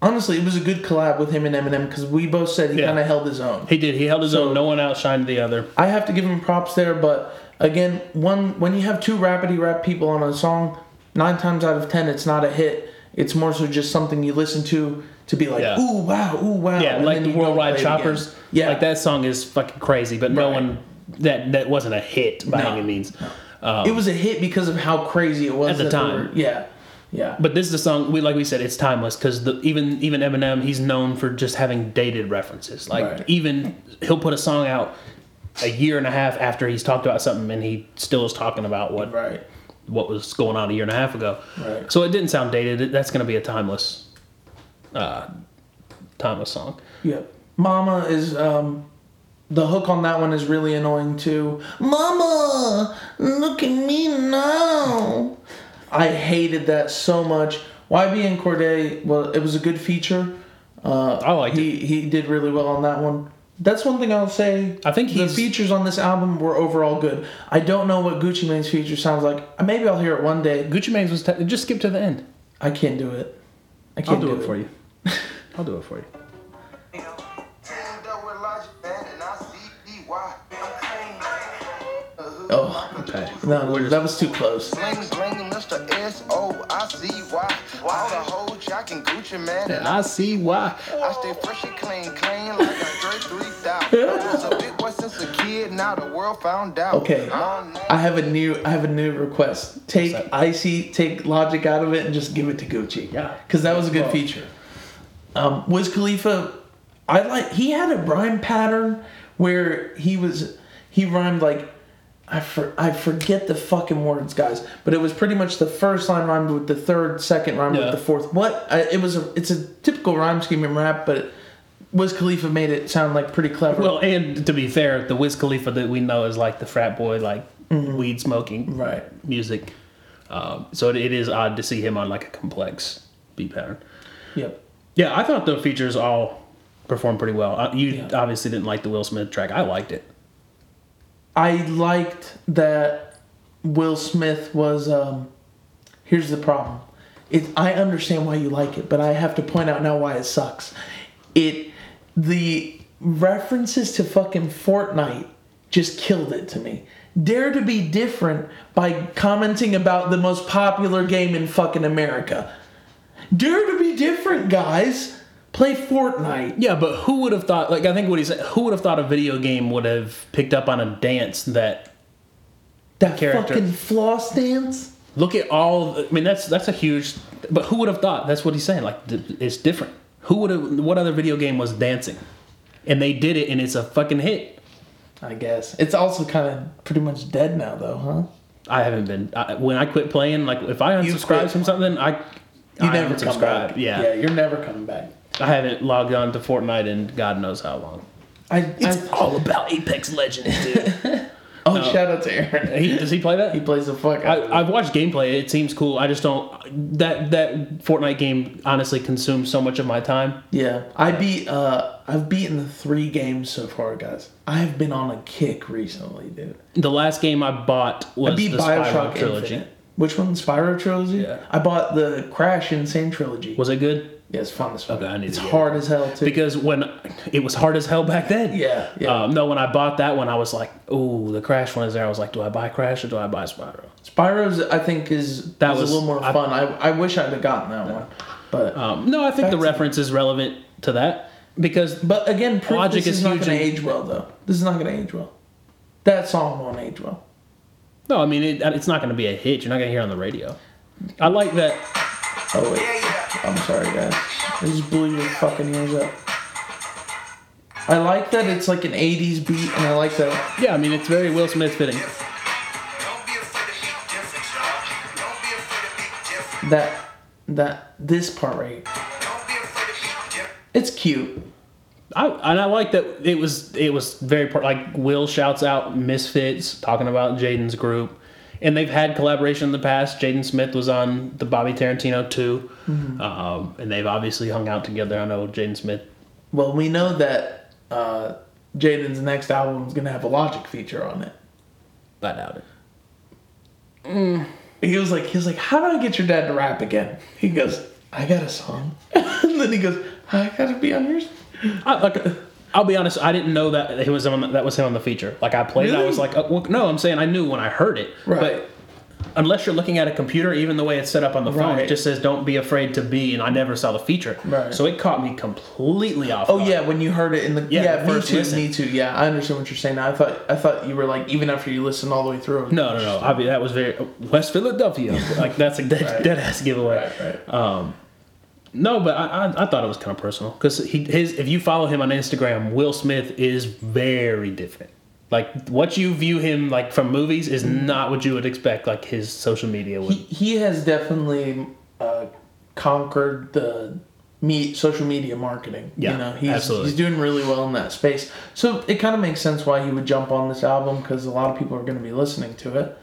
Speaker 1: honestly, it was a good collab with him and Eminem because we both said he
Speaker 2: Yeah.
Speaker 1: kind of held his own.
Speaker 2: He did. He held his
Speaker 1: So- Oh,
Speaker 2: own. No one outshined the other.
Speaker 1: I have to give him props there, but again, one when you have two rapidy rap people on a song, nine times out of ten, it's not a hit. It's more so just something you listen to to be like,
Speaker 2: Yeah.
Speaker 1: ooh wow, ooh wow.
Speaker 2: Yeah,
Speaker 1: and
Speaker 2: like
Speaker 1: then
Speaker 2: the
Speaker 1: you go
Speaker 2: Worldwide
Speaker 1: play it again.
Speaker 2: Choppers.
Speaker 1: Yeah,
Speaker 2: like that song is fucking crazy, but no
Speaker 1: Right.
Speaker 2: one that that wasn't a hit by
Speaker 1: No.
Speaker 2: any means.
Speaker 1: It was a hit because of how crazy it was
Speaker 2: At the
Speaker 1: that they
Speaker 2: time.
Speaker 1: were- yeah, yeah.
Speaker 2: But this is a song we like. We said it's timeless because even even Eminem, he's known for just having dated references. Like
Speaker 1: Right.
Speaker 2: even he'll put a song out a year and a half after he's talked about something, and he still is talking about what
Speaker 1: right.
Speaker 2: what was going on a year and a half ago.
Speaker 1: Right.
Speaker 2: So it didn't sound dated. It- That's going to be a timeless, uh, timeless song.
Speaker 1: Yeah. Mama is um the hook on that one is really annoying too. Mama, look at me now. I hated that so much. YB and Corday, well, it was a good feature. Uh,
Speaker 2: I liked
Speaker 1: he, He did really well on that one. That's one thing I'll say.
Speaker 2: I think
Speaker 1: the
Speaker 2: he's-
Speaker 1: features on this album were overall good. I don't know what Gucci Mane's feature sounds like. Maybe I'll hear it one day.
Speaker 2: Gucci Mane's was te- just skip to the end.
Speaker 1: I can't do it. I can't
Speaker 2: I'll do, it, for you. I'll do it for you.
Speaker 1: Oh,
Speaker 2: Okay.
Speaker 1: No, that was too close.
Speaker 4: Uh-huh. Bling bling, Mr. S O. I see why. All the whole jock and Gucci man, and
Speaker 2: And
Speaker 4: I,
Speaker 2: I see why.
Speaker 4: I stay fresh and clean, clean like I grade three thousand. Was a big boy since a kid, now the world found out.
Speaker 1: Okay.
Speaker 4: Mom named
Speaker 1: I have a new I have a new request. Take
Speaker 2: What's that?
Speaker 1: icy, take logic out of it, and just give it to Gucci.
Speaker 2: Yeah.
Speaker 1: because that was a good
Speaker 2: Well.
Speaker 1: feature. Um, Wiz Khalifa, I like he had a rhyme pattern where he was he rhymed like I for, I forget the fucking words, guys, but it was pretty much the first line rhymed with the third, second rhymed
Speaker 2: Yeah.
Speaker 1: with the fourth. What I, it was a it's a typical rhyme scheme in rap, but Wiz Khalifa made it sound like pretty clever.
Speaker 2: Well, and to be fair, the Wiz Khalifa that we know is like the frat boy, like weed smoking
Speaker 1: right.
Speaker 2: music. Um, so it, it is odd to see him on like a complex beat pattern.
Speaker 1: Yep.
Speaker 2: Yeah, I thought the features all performed pretty well. Uh, you
Speaker 1: Yeah.
Speaker 2: obviously didn't like the Will Smith track. I liked it.
Speaker 1: I liked that Will Smith was. Um, here's the problem. It, I understand why you like it, but I have to point out now why it sucks. It the references to fucking Fortnite just killed it to me. Dare to be different by commenting about the most popular game in fucking America. Dare to be different, guys. Play Fortnite.
Speaker 2: Yeah, but who would have thought? Like, I think what he said. Who would have thought a video game would have picked up on a dance that?
Speaker 1: That
Speaker 2: Character.
Speaker 1: fucking floss dance.
Speaker 2: Look at all. I mean, that's that's a huge. But who would have thought? That's what he's saying. Like, th- it's different. Who would have? What other video game was dancing? And they did it, and it's a fucking hit.
Speaker 1: I guess. It's also kind of pretty much dead now, though, huh?
Speaker 2: I haven't been. I, when I quit playing, like, if I
Speaker 1: You
Speaker 2: unsubscribe
Speaker 1: quit.
Speaker 2: from something, I
Speaker 1: You
Speaker 2: I
Speaker 1: never come
Speaker 2: unsubscribe.
Speaker 1: back.
Speaker 2: Yeah.
Speaker 1: Yeah, you're never coming back.
Speaker 2: I haven't logged on to Fortnite in God knows how long.
Speaker 1: I,
Speaker 2: It's
Speaker 1: I
Speaker 2: all about Apex Legends, dude.
Speaker 1: oh, shout out to Aaron.
Speaker 2: he, does he play that?
Speaker 1: He plays the fuck out. of it.
Speaker 2: I, I've watched gameplay. It seems cool. I just don't. That that Fortnite game honestly consumes so much of my time.
Speaker 1: yeah, I beat. Uh, I've beaten the three games so far, guys. I've been on a kick recently, dude.
Speaker 2: The last game I bought was
Speaker 1: I beat
Speaker 2: the
Speaker 1: Bioshock
Speaker 2: Spyro trilogy.
Speaker 1: Infinite. Which one? Spyro trilogy.
Speaker 2: Yeah.
Speaker 1: I bought the Crash Insane trilogy.
Speaker 2: Was it good?
Speaker 1: yeah, it's fun as fuck.
Speaker 2: Okay, I need
Speaker 1: it's
Speaker 2: to get it.
Speaker 1: hard as hell too.
Speaker 2: Because when it was hard as hell back then.
Speaker 1: Yeah, yeah.
Speaker 2: Um, no, when I bought that one, I was like, "Ooh, the Crash one is there." I was like, "Do I buy Crash or do I buy Spyro?"
Speaker 1: Spyro's, I think, is
Speaker 2: That
Speaker 1: that was
Speaker 2: was-
Speaker 1: a little more
Speaker 2: I-
Speaker 1: fun. I, I wish I'd have gotten that one, but
Speaker 2: Um, no, I think the
Speaker 1: That's-
Speaker 2: reference is relevant to that because
Speaker 1: But again, proof
Speaker 2: Logic
Speaker 1: this
Speaker 2: is
Speaker 1: is not
Speaker 2: huge
Speaker 1: going to
Speaker 2: in-
Speaker 1: age well, though. This is not going to age well. That song won't age well.
Speaker 2: no, I mean it, it's not going to be a hit. You're not going to hear it on the radio. I like that.
Speaker 1: Oh wait, I'm sorry, guys. I just blew your fucking ears up. I like that it's like an '80s beat, and I like that.
Speaker 2: Yeah, I mean it's very Will Smith fitting.
Speaker 1: That that this part right. here. It's cute.
Speaker 2: I, and I like that it was it was very part like Will shouts out Misfits talking about Jaden's group, and they've had collaboration in the past. Jaden Smith was on the Bobby Tarantino too,
Speaker 1: Mm-hmm.
Speaker 2: um, and they've obviously hung out together. I know Jaden Smith.
Speaker 1: Well, we know that uh, Jaden's next album is going to have a Logic feature on it.
Speaker 2: I doubt it.
Speaker 1: he was like, he was like, how do I get your dad to rap again? He goes, I got a song. and then he goes, I gotta be on yours.
Speaker 2: I, like, I'll be honest, I didn't know that it was on, that was him on the feature. Like I played, it, I
Speaker 1: Really?
Speaker 2: was like, oh, well, no, I'm saying I knew when I heard it,
Speaker 1: Right.
Speaker 2: But unless you're looking at a computer, even the way it's set up on the phone, it
Speaker 1: Right.
Speaker 2: just says "Don't be afraid to be," and I never saw the feature,
Speaker 1: Right.
Speaker 2: so it caught me completely off.
Speaker 1: Oh
Speaker 2: guard.
Speaker 1: yeah, when you heard it in the
Speaker 2: Yeah,
Speaker 1: yeah,
Speaker 2: the
Speaker 1: me
Speaker 2: first
Speaker 1: too,
Speaker 2: listen.
Speaker 1: me too. Yeah, I understand what you're saying. I thought I thought you were like even after you listened all the way through.
Speaker 2: No, no, no. I mean, that was very West Philadelphia. Like that's a dead,
Speaker 1: Right.
Speaker 2: dead ass giveaway.
Speaker 1: Right, right.
Speaker 2: No, but I, I, I thought it was kind of personal because he his if you follow him on Instagram, Will Smith is very different. Like what you view him like from movies is not what you would expect. Like his social media
Speaker 1: he,
Speaker 2: would.
Speaker 1: he has definitely uh, conquered the me social media marketing.
Speaker 2: Yeah,
Speaker 1: you know, he's,
Speaker 2: absolutely.
Speaker 1: he's doing really well in that space. So it kind of makes sense why he would jump on this album because a lot of people are going to be listening to it.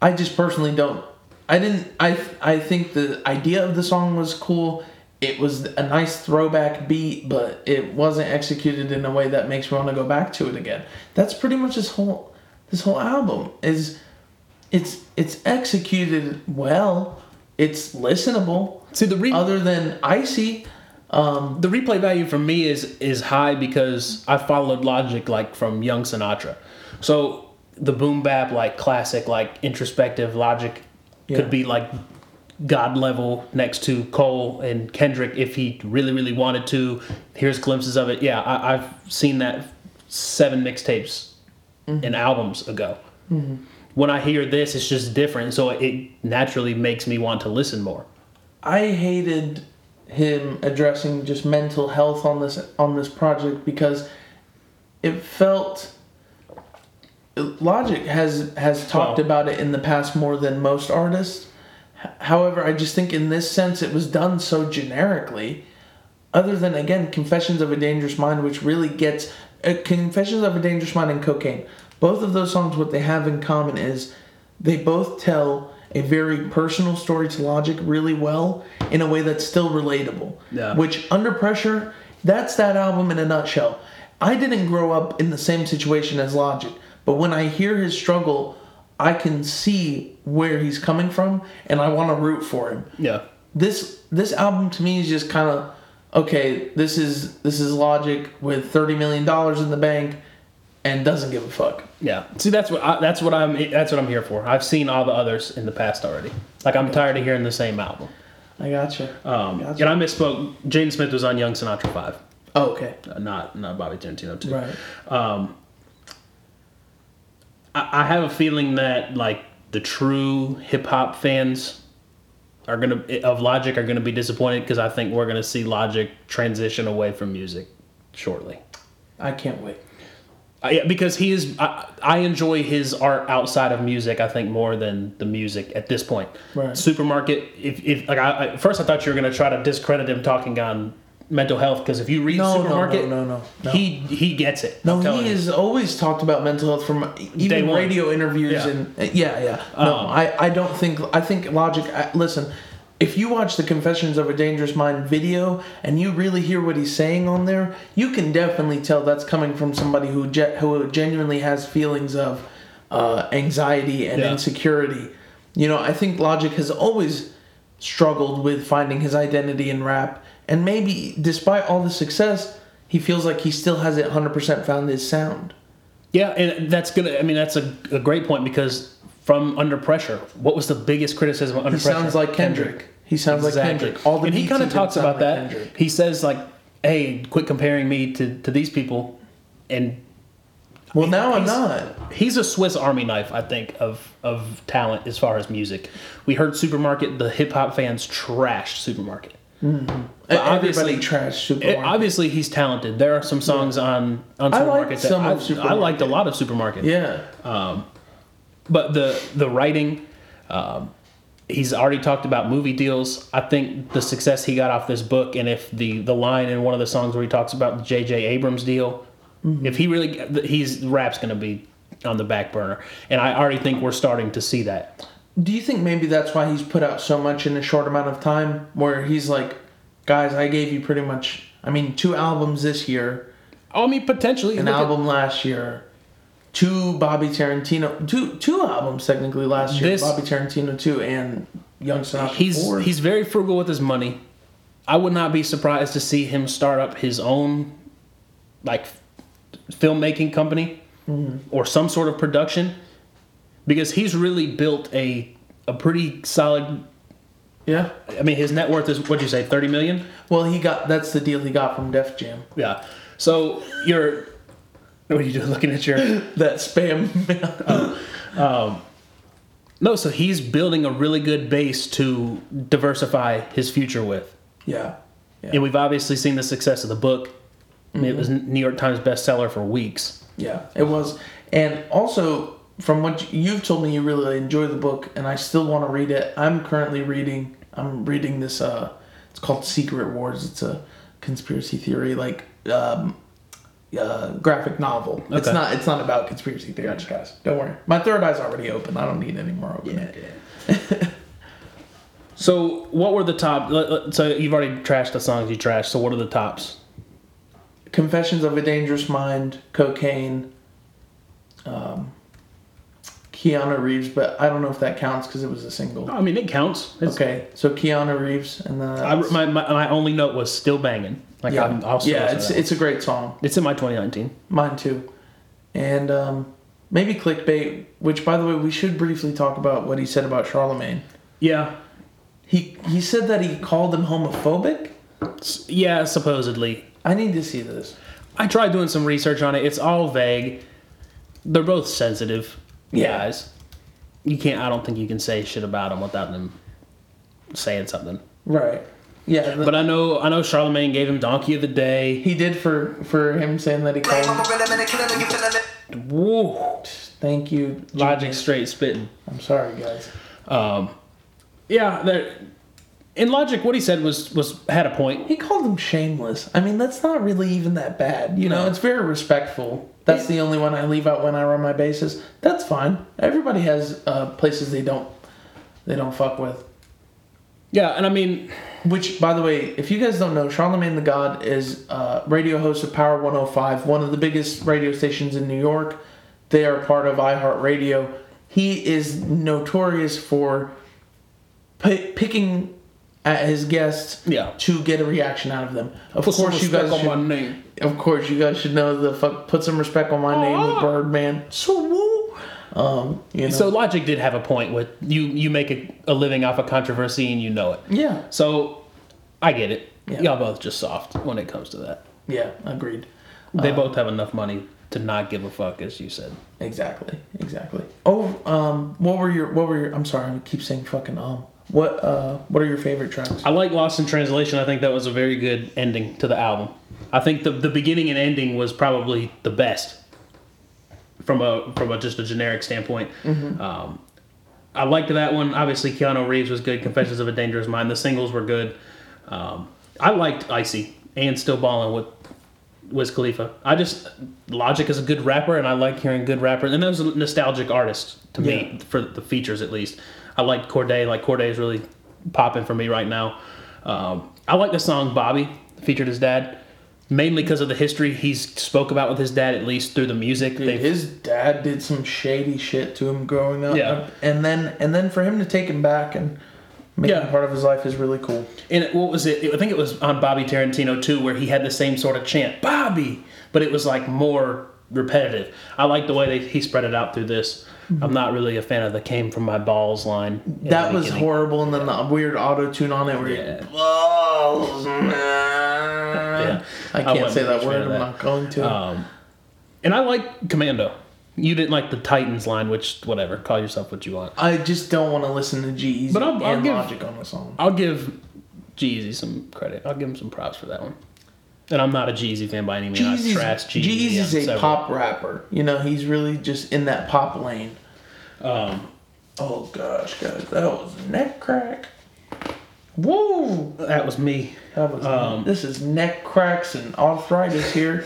Speaker 1: I just personally don't. I didn't. I I think the idea of the song was cool. it was a nice throwback beat, but it wasn't executed in a way that makes me want to go back to it again. That's pretty much this whole this whole album is it's it's executed well, it's listenable.
Speaker 2: See the re-
Speaker 1: Other than icy,
Speaker 2: the replay value for me is is high because I followed Logic like from Young Sinatra, so the boom bap like classic like introspective Logic
Speaker 1: Yeah.
Speaker 2: could be like God level next to Cole and Kendrick if he really really wanted to. Here's glimpses of it. Yeah, I, I've seen that seven mixtapes and albums ago. When I hear this, it's just different, so it naturally makes me want to listen more.
Speaker 1: I hated him addressing just mental health on this on this project because it felt Logic has has talked
Speaker 2: Well-
Speaker 1: about it in the past more than most artists. H- However, I just think in this sense it was done so generically. Other than again, Confessions of a Dangerous Mind, which really gets uh, Confessions of a Dangerous Mind and Cocaine. Both of those songs, what they have in common is they both tell a very personal story to Logic really well in a way that's still relatable.
Speaker 2: Yeah.
Speaker 1: Which Under Pressure, that's that album in a nutshell. I didn't grow up in the same situation as Logic, but when I hear his struggle, I can see where he's coming from and I want to root for him
Speaker 2: Yeah,
Speaker 1: this this album to me is just kind of okay. This is this is Logic with thirty million dollars in the bank, and doesn't give a fuck.
Speaker 2: Yeah. See, that's what I, that's what I'm that's what I'm here for. I've seen all the others in the past already. Like I'm tired of hearing the same album.
Speaker 1: I gotcha.
Speaker 2: Um,
Speaker 1: gotcha.
Speaker 2: And I misspoke. Jane Smith was on Young Sinatra Five,
Speaker 1: oh, okay.
Speaker 2: uh, not not Bobby Tarantino Two.
Speaker 1: Right.
Speaker 2: I, I have a feeling that like the true hip hop fans are gonna of Logic are gonna be disappointed because I think we're gonna see Logic transition away from music shortly.
Speaker 1: I can't wait.
Speaker 2: Uh, yeah, because he is. I, I enjoy his art outside of music. I think more than the music at this point.
Speaker 1: Right.
Speaker 2: Supermarket. If, if like I, I first I thought you were gonna try to discredit him talking on mental health because if you read
Speaker 1: No, no,
Speaker 2: supermarket,
Speaker 1: no, no, no, no.
Speaker 2: he he gets it.
Speaker 1: No,
Speaker 2: I'm telling
Speaker 1: he
Speaker 2: you.
Speaker 1: has always talked about mental health from even
Speaker 2: one.
Speaker 1: radio interviews
Speaker 2: Yeah.
Speaker 1: and Uh, yeah, yeah. No,
Speaker 2: Um,
Speaker 1: I, I don't think I think Logic. I, listen, if you watch the Confessions of a Dangerous Mind video and you really hear what he's saying on there, you can definitely tell that's coming from somebody who ge- who genuinely has feelings of uh, anxiety and
Speaker 2: Yeah.
Speaker 1: insecurity. You know, I think Logic has always struggled with finding his identity in rap, and maybe despite all the success, he feels like he still hasn't 100% found his sound.
Speaker 2: Yeah, and that's gonna. I mean, that's a, a great point because from Under Pressure, what was the biggest criticism of Under
Speaker 1: He
Speaker 2: Pressure?
Speaker 1: sounds like Kendrick. He sounds like Kendrick. All the
Speaker 2: and he
Speaker 1: beats
Speaker 2: kind of
Speaker 1: did
Speaker 2: talks
Speaker 1: sound like
Speaker 2: about that.
Speaker 1: Kendrick.
Speaker 2: He says like, "Hey, quit comparing me to to these people," and
Speaker 1: Well, now I'm
Speaker 2: He's-
Speaker 1: not.
Speaker 2: He's a Swiss Army knife, I think, of of talent as far as music. We heard Supermarket. The hip hop fans trashed Supermarket. But
Speaker 1: E-, Everybody
Speaker 2: obviously-
Speaker 1: trash
Speaker 2: It-
Speaker 1: Supermarket.
Speaker 2: obviously, he's talented. There are some songs on on
Speaker 1: I liked
Speaker 2: Supermarket that
Speaker 1: some
Speaker 2: I,
Speaker 1: of
Speaker 2: I
Speaker 1: Supermarket.
Speaker 2: liked a lot of Supermarket.
Speaker 1: yeah.
Speaker 2: but the the writing. Um, He's already talked about movie deals. I think the success he got off this book, and if the the line in one of the songs where he talks about the J.J. Abrams deal,
Speaker 1: Mm-hmm.
Speaker 2: if he really, he's rap's going to be on the back burner, and I already think we're starting to see that.
Speaker 1: Do you think maybe that's why he's put out so much in a short amount of time? Where he's like, guys, I gave you pretty much, I mean, two albums this year,
Speaker 2: Oh, I mean, potentially.
Speaker 1: an
Speaker 2: Look at-
Speaker 1: album last year, two Bobby Tarantino, two two albums technically last year,
Speaker 2: This-
Speaker 1: Bobby Tarantino 2 and Young Sinatra
Speaker 2: he's
Speaker 1: 4.
Speaker 2: he's very frugal with his money. I would not be surprised to see him start up his own, like, filmmaking company
Speaker 1: Mm-hmm.
Speaker 2: or some sort of production, because he's really built a a pretty solid.
Speaker 1: yeah.
Speaker 2: I mean, his net worth is what'd you say, thirty million?
Speaker 1: Well, he got, that's the deal he got from Def Jam.
Speaker 2: Yeah. So you're. What are you doing? Looking at your.
Speaker 1: That spam mail.
Speaker 2: No, so he's building a really good base to diversify his future with.
Speaker 1: Yeah. Yeah.
Speaker 2: And we've obviously seen the success of the book. I mean, It was New York Times bestseller for weeks.
Speaker 1: Yeah, it was. And also, from what you've told me, you really enjoy the book, and I still want to read it. I'm currently reading. I'm reading this. Uh, it's called Secret Wars. It's a conspiracy theory, like um, uh, graphic novel. It's
Speaker 2: Okay.
Speaker 1: not. It's not about conspiracy theories, guys. Don't worry. My third eye's already open. I don't need any more open. Yeah.
Speaker 2: So what were the top? let- let- So you've already trashed the songs you trashed. So what are the tops?
Speaker 1: Confessions of a Dangerous Mind, Cocaine, um, Keanu Reeves, but I don't know if that counts because it was a single.
Speaker 2: I mean, it counts. It's,
Speaker 1: Okay, so Keanu Reeves and then
Speaker 2: I, my, my my only note was still banging. Like
Speaker 1: yeah,
Speaker 2: I'm, I'll still
Speaker 1: yeah,
Speaker 2: listen to
Speaker 1: it's
Speaker 2: that.
Speaker 1: it's a great song,
Speaker 2: It's in my 2019.
Speaker 1: mine too, and um, maybe clickbait. Which, by the way, we should briefly talk about what he said about Charlemagne.
Speaker 2: Yeah,
Speaker 1: He he said that he called him homophobic.
Speaker 2: S- yeah. Supposedly,
Speaker 1: I need to see this.
Speaker 2: I tried doing some research on it. It's all vague. They're both sensitive
Speaker 1: Yeah.
Speaker 2: guys. You can't. I don't think you can say shit about them without them saying something.
Speaker 1: Right. Yeah,
Speaker 2: But I know. I know. Charlemagne gave him Donkey of the Day.
Speaker 1: he did for for him saying that he called. Him,
Speaker 2: Woo.
Speaker 1: thank you,
Speaker 2: Logic
Speaker 1: Genius.
Speaker 2: straight spitting.
Speaker 1: I'm sorry, guys.
Speaker 2: Yeah, there. In Logic, what he said was was had a point.
Speaker 1: He called him shameless. I mean, that's not really even that bad. You know,
Speaker 2: No.
Speaker 1: it's very respectful. That's the only one I leave out when I run my bases. That's fine. Everybody has uh, places they don't they don't fuck with.
Speaker 2: Yeah, and I mean,
Speaker 1: Which, by the way, if you guys don't know, Charlemagne the God is uh, radio host of Power 105, one of the biggest radio stations in New York. They are part of iHeartRadio. He is notorious for pi picking at his guests
Speaker 2: Yeah.
Speaker 1: to get a reaction out of them. Of
Speaker 2: Put some
Speaker 1: course, you
Speaker 2: respect
Speaker 1: guys
Speaker 2: on
Speaker 1: should,
Speaker 2: my name.
Speaker 1: Of course, you guys should know the fuck. Put some respect on my name with Birdman. So woo. Um, you know.
Speaker 2: so Logic did have a point with you. You make a, a living off of controversy, and you know it.
Speaker 1: yeah,
Speaker 2: So I get it.
Speaker 1: Yeah.
Speaker 2: Y'all both just soft when it comes to that.
Speaker 1: yeah, agreed.
Speaker 2: They
Speaker 1: Uh,
Speaker 2: both have enough money to not give a fuck, as you said.
Speaker 1: Exactly. Exactly. Oh, um, what were your what were your? I'm sorry, I keep saying fucking um. What uh, what are your favorite tracks?
Speaker 2: I like Lost in Translation. I think that was a very good ending to the album. I think the the beginning and ending was probably the best from a from a just a generic standpoint. Um, I liked that one. Obviously, Keanu Reeves was good. Confessions of a Dangerous Mind. The singles were good. Um, I liked Icy and Still Ballin' with Wiz Khalifa. I just Logic is a good rapper, and I like hearing good rappers. And those are nostalgic artists to me for the features at least. I like Corday. Like Corday is really popping for me right now. Um, I like the song Bobby featured his dad. Mainly because of the history he spoke about with his dad, at least through the music.
Speaker 1: Dude,
Speaker 2: They've-
Speaker 1: his dad did some shady shit to him growing up.
Speaker 2: Yeah.
Speaker 1: And then and then for him to take him back and make
Speaker 2: Yeah.
Speaker 1: him part of his life is really cool.
Speaker 2: And it- what was it? I think it was on Bobby Tarantino too, where he had the same sort of chant, Bobby, but it was like more repetitive. I like the way they, he spread it out through this. I'm not really a fan of the "came from my balls" line. in the
Speaker 1: Mm-hmm. that was
Speaker 2: beginning.
Speaker 1: horrible, and then the weird auto tune on it where yeah.
Speaker 2: Yeah.
Speaker 1: balls.
Speaker 2: Yeah.
Speaker 1: Yeah. I can't
Speaker 2: wasn't
Speaker 1: say
Speaker 2: a
Speaker 1: that
Speaker 2: huge
Speaker 1: word.
Speaker 2: fan
Speaker 1: I'm
Speaker 2: of that.
Speaker 1: not going to.
Speaker 2: Um, and I like Commando. You didn't like the Titans line, which whatever. Call yourself what you want.
Speaker 1: I just don't want to listen to G Eazy
Speaker 2: But I'll-
Speaker 1: and
Speaker 2: I'll give-
Speaker 1: Logic on the song.
Speaker 2: I'll give Jeezy some credit. I'll give him some props for that one. And I'm not a Jeezy fan by any means. I trash E, Jeezy.
Speaker 1: Jeezy's
Speaker 2: on
Speaker 1: is a
Speaker 2: several-
Speaker 1: pop rapper. You know, he's really just in that pop lane.
Speaker 2: Um,
Speaker 1: Oh gosh, guys, that was neck crack. Woo!
Speaker 2: that was me.
Speaker 1: That was
Speaker 2: Um,
Speaker 1: this is neck cracks and arthritis here.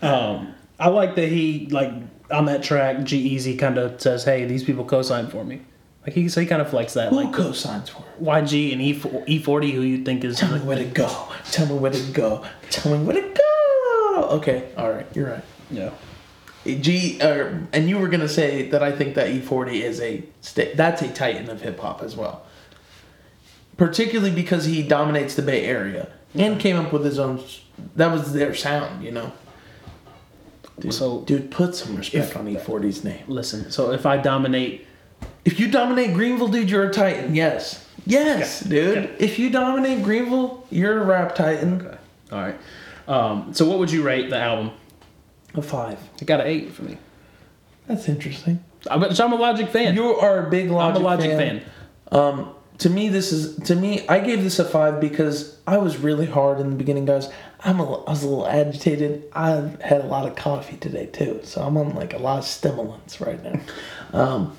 Speaker 2: Um, I like that he like on that track. G Easy kind of says, "Hey, these people co-sign for me." Like he so he kind of flex that.
Speaker 1: Who
Speaker 2: Like
Speaker 1: cosigns for? it?
Speaker 2: YG and E E forty, who you think is
Speaker 1: Tell me where to go. Tell me where to go. Tell me where to go. Okay, all right, you're right.
Speaker 2: yeah.
Speaker 1: G, uh, and you were gonna say that I think that E40 is a sta- that's a titan of hip hop as well, particularly because he dominates the Bay Area and came up with his own. s- That was their sound, you know. Dude,
Speaker 2: So-
Speaker 1: dude, put some respect on E40's name.
Speaker 2: Listen, so if I dominate,
Speaker 1: If you dominate Greenville, dude, you're a titan. Yes, yes,
Speaker 2: Okay.
Speaker 1: dude.
Speaker 2: Okay.
Speaker 1: If you dominate Greenville, you're a rap titan.
Speaker 2: all right. Um, so what would you rate the album?
Speaker 1: A five.
Speaker 2: It got an eight for me.
Speaker 1: That's interesting.
Speaker 2: I bet so I'm a Logic fan.
Speaker 1: You are a big
Speaker 2: I'm
Speaker 1: Logic,
Speaker 2: a Logic
Speaker 1: fan.
Speaker 2: fan.
Speaker 1: Um, to me, this is to me. I gave this a five because I was really hard in the beginning, guys. I'm a, I was a little agitated. I've had a lot of coffee today too, so I'm on like a lot of stimulants right now. Um,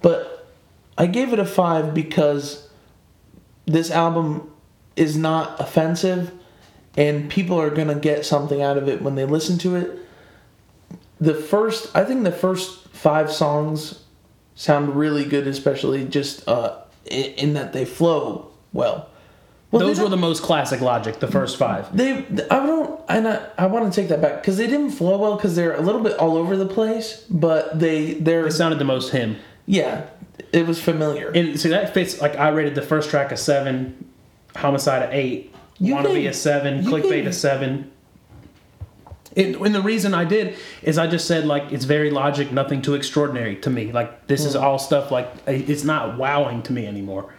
Speaker 1: but I gave it a five because this album is not offensive, and people are gonna get something out of it when they listen to it. The first, I think, the first five songs sound really good, especially just uh, in, in that they flow well. well
Speaker 2: Those
Speaker 1: they
Speaker 2: were
Speaker 1: don't-
Speaker 2: the most classic Logic, the first five.
Speaker 1: They, I don't, and I, I want to take that back because they didn't flow well because they're a little bit all over the place, but they, they're,
Speaker 2: It sounded the most him.
Speaker 1: yeah, it was familiar.
Speaker 2: And see that fits like I rated the first track a seven, homicide a eight,
Speaker 1: You
Speaker 2: wannabe
Speaker 1: gave-
Speaker 2: a seven,
Speaker 1: you
Speaker 2: clickbait
Speaker 1: gave-
Speaker 2: a seven. And, and the reason I did is I just said like it's very logic, nothing too extraordinary to me. Like this
Speaker 1: Hmm.
Speaker 2: is all stuff like eh, it's not wowing to me anymore.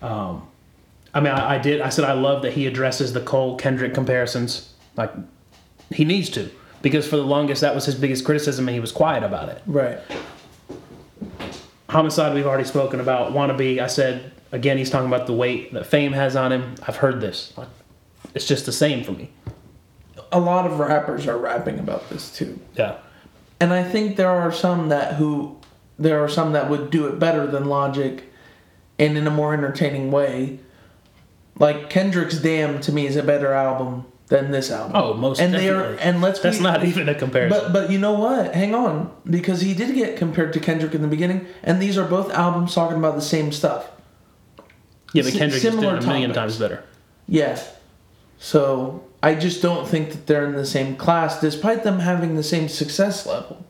Speaker 2: Um, I mean, I, I did. I said I love that he addresses the Cole Kendrick comparisons. Like he needs to because for the longest that was his biggest criticism, and he was quiet about it.
Speaker 1: right.
Speaker 2: Homicide, we've already spoken about. Wannabe, I said again, he's talking about the weight that fame has on him. I've heard this. It's just the same for me.
Speaker 1: A lot of rappers are rapping about this too.
Speaker 2: Yeah.
Speaker 1: and I think there are some that who there are some that would do it better than Logic, and in a more entertaining way. Like Kendrick's "Damn" to me is a better album than this album.
Speaker 2: Oh, most
Speaker 1: and they
Speaker 2: definitely.
Speaker 1: are and let's
Speaker 2: That's
Speaker 1: be-
Speaker 2: not even a comparison.
Speaker 1: But but you know what? Hang on, because he did get compared to Kendrick in the beginning, and these are both albums talking about the same stuff.
Speaker 2: yeah, but
Speaker 1: si-
Speaker 2: Kendrick just did it
Speaker 1: similar
Speaker 2: a million
Speaker 1: topics.
Speaker 2: times better.
Speaker 1: Yeah. So I just don't think that they're in the same class, despite them having the same success level.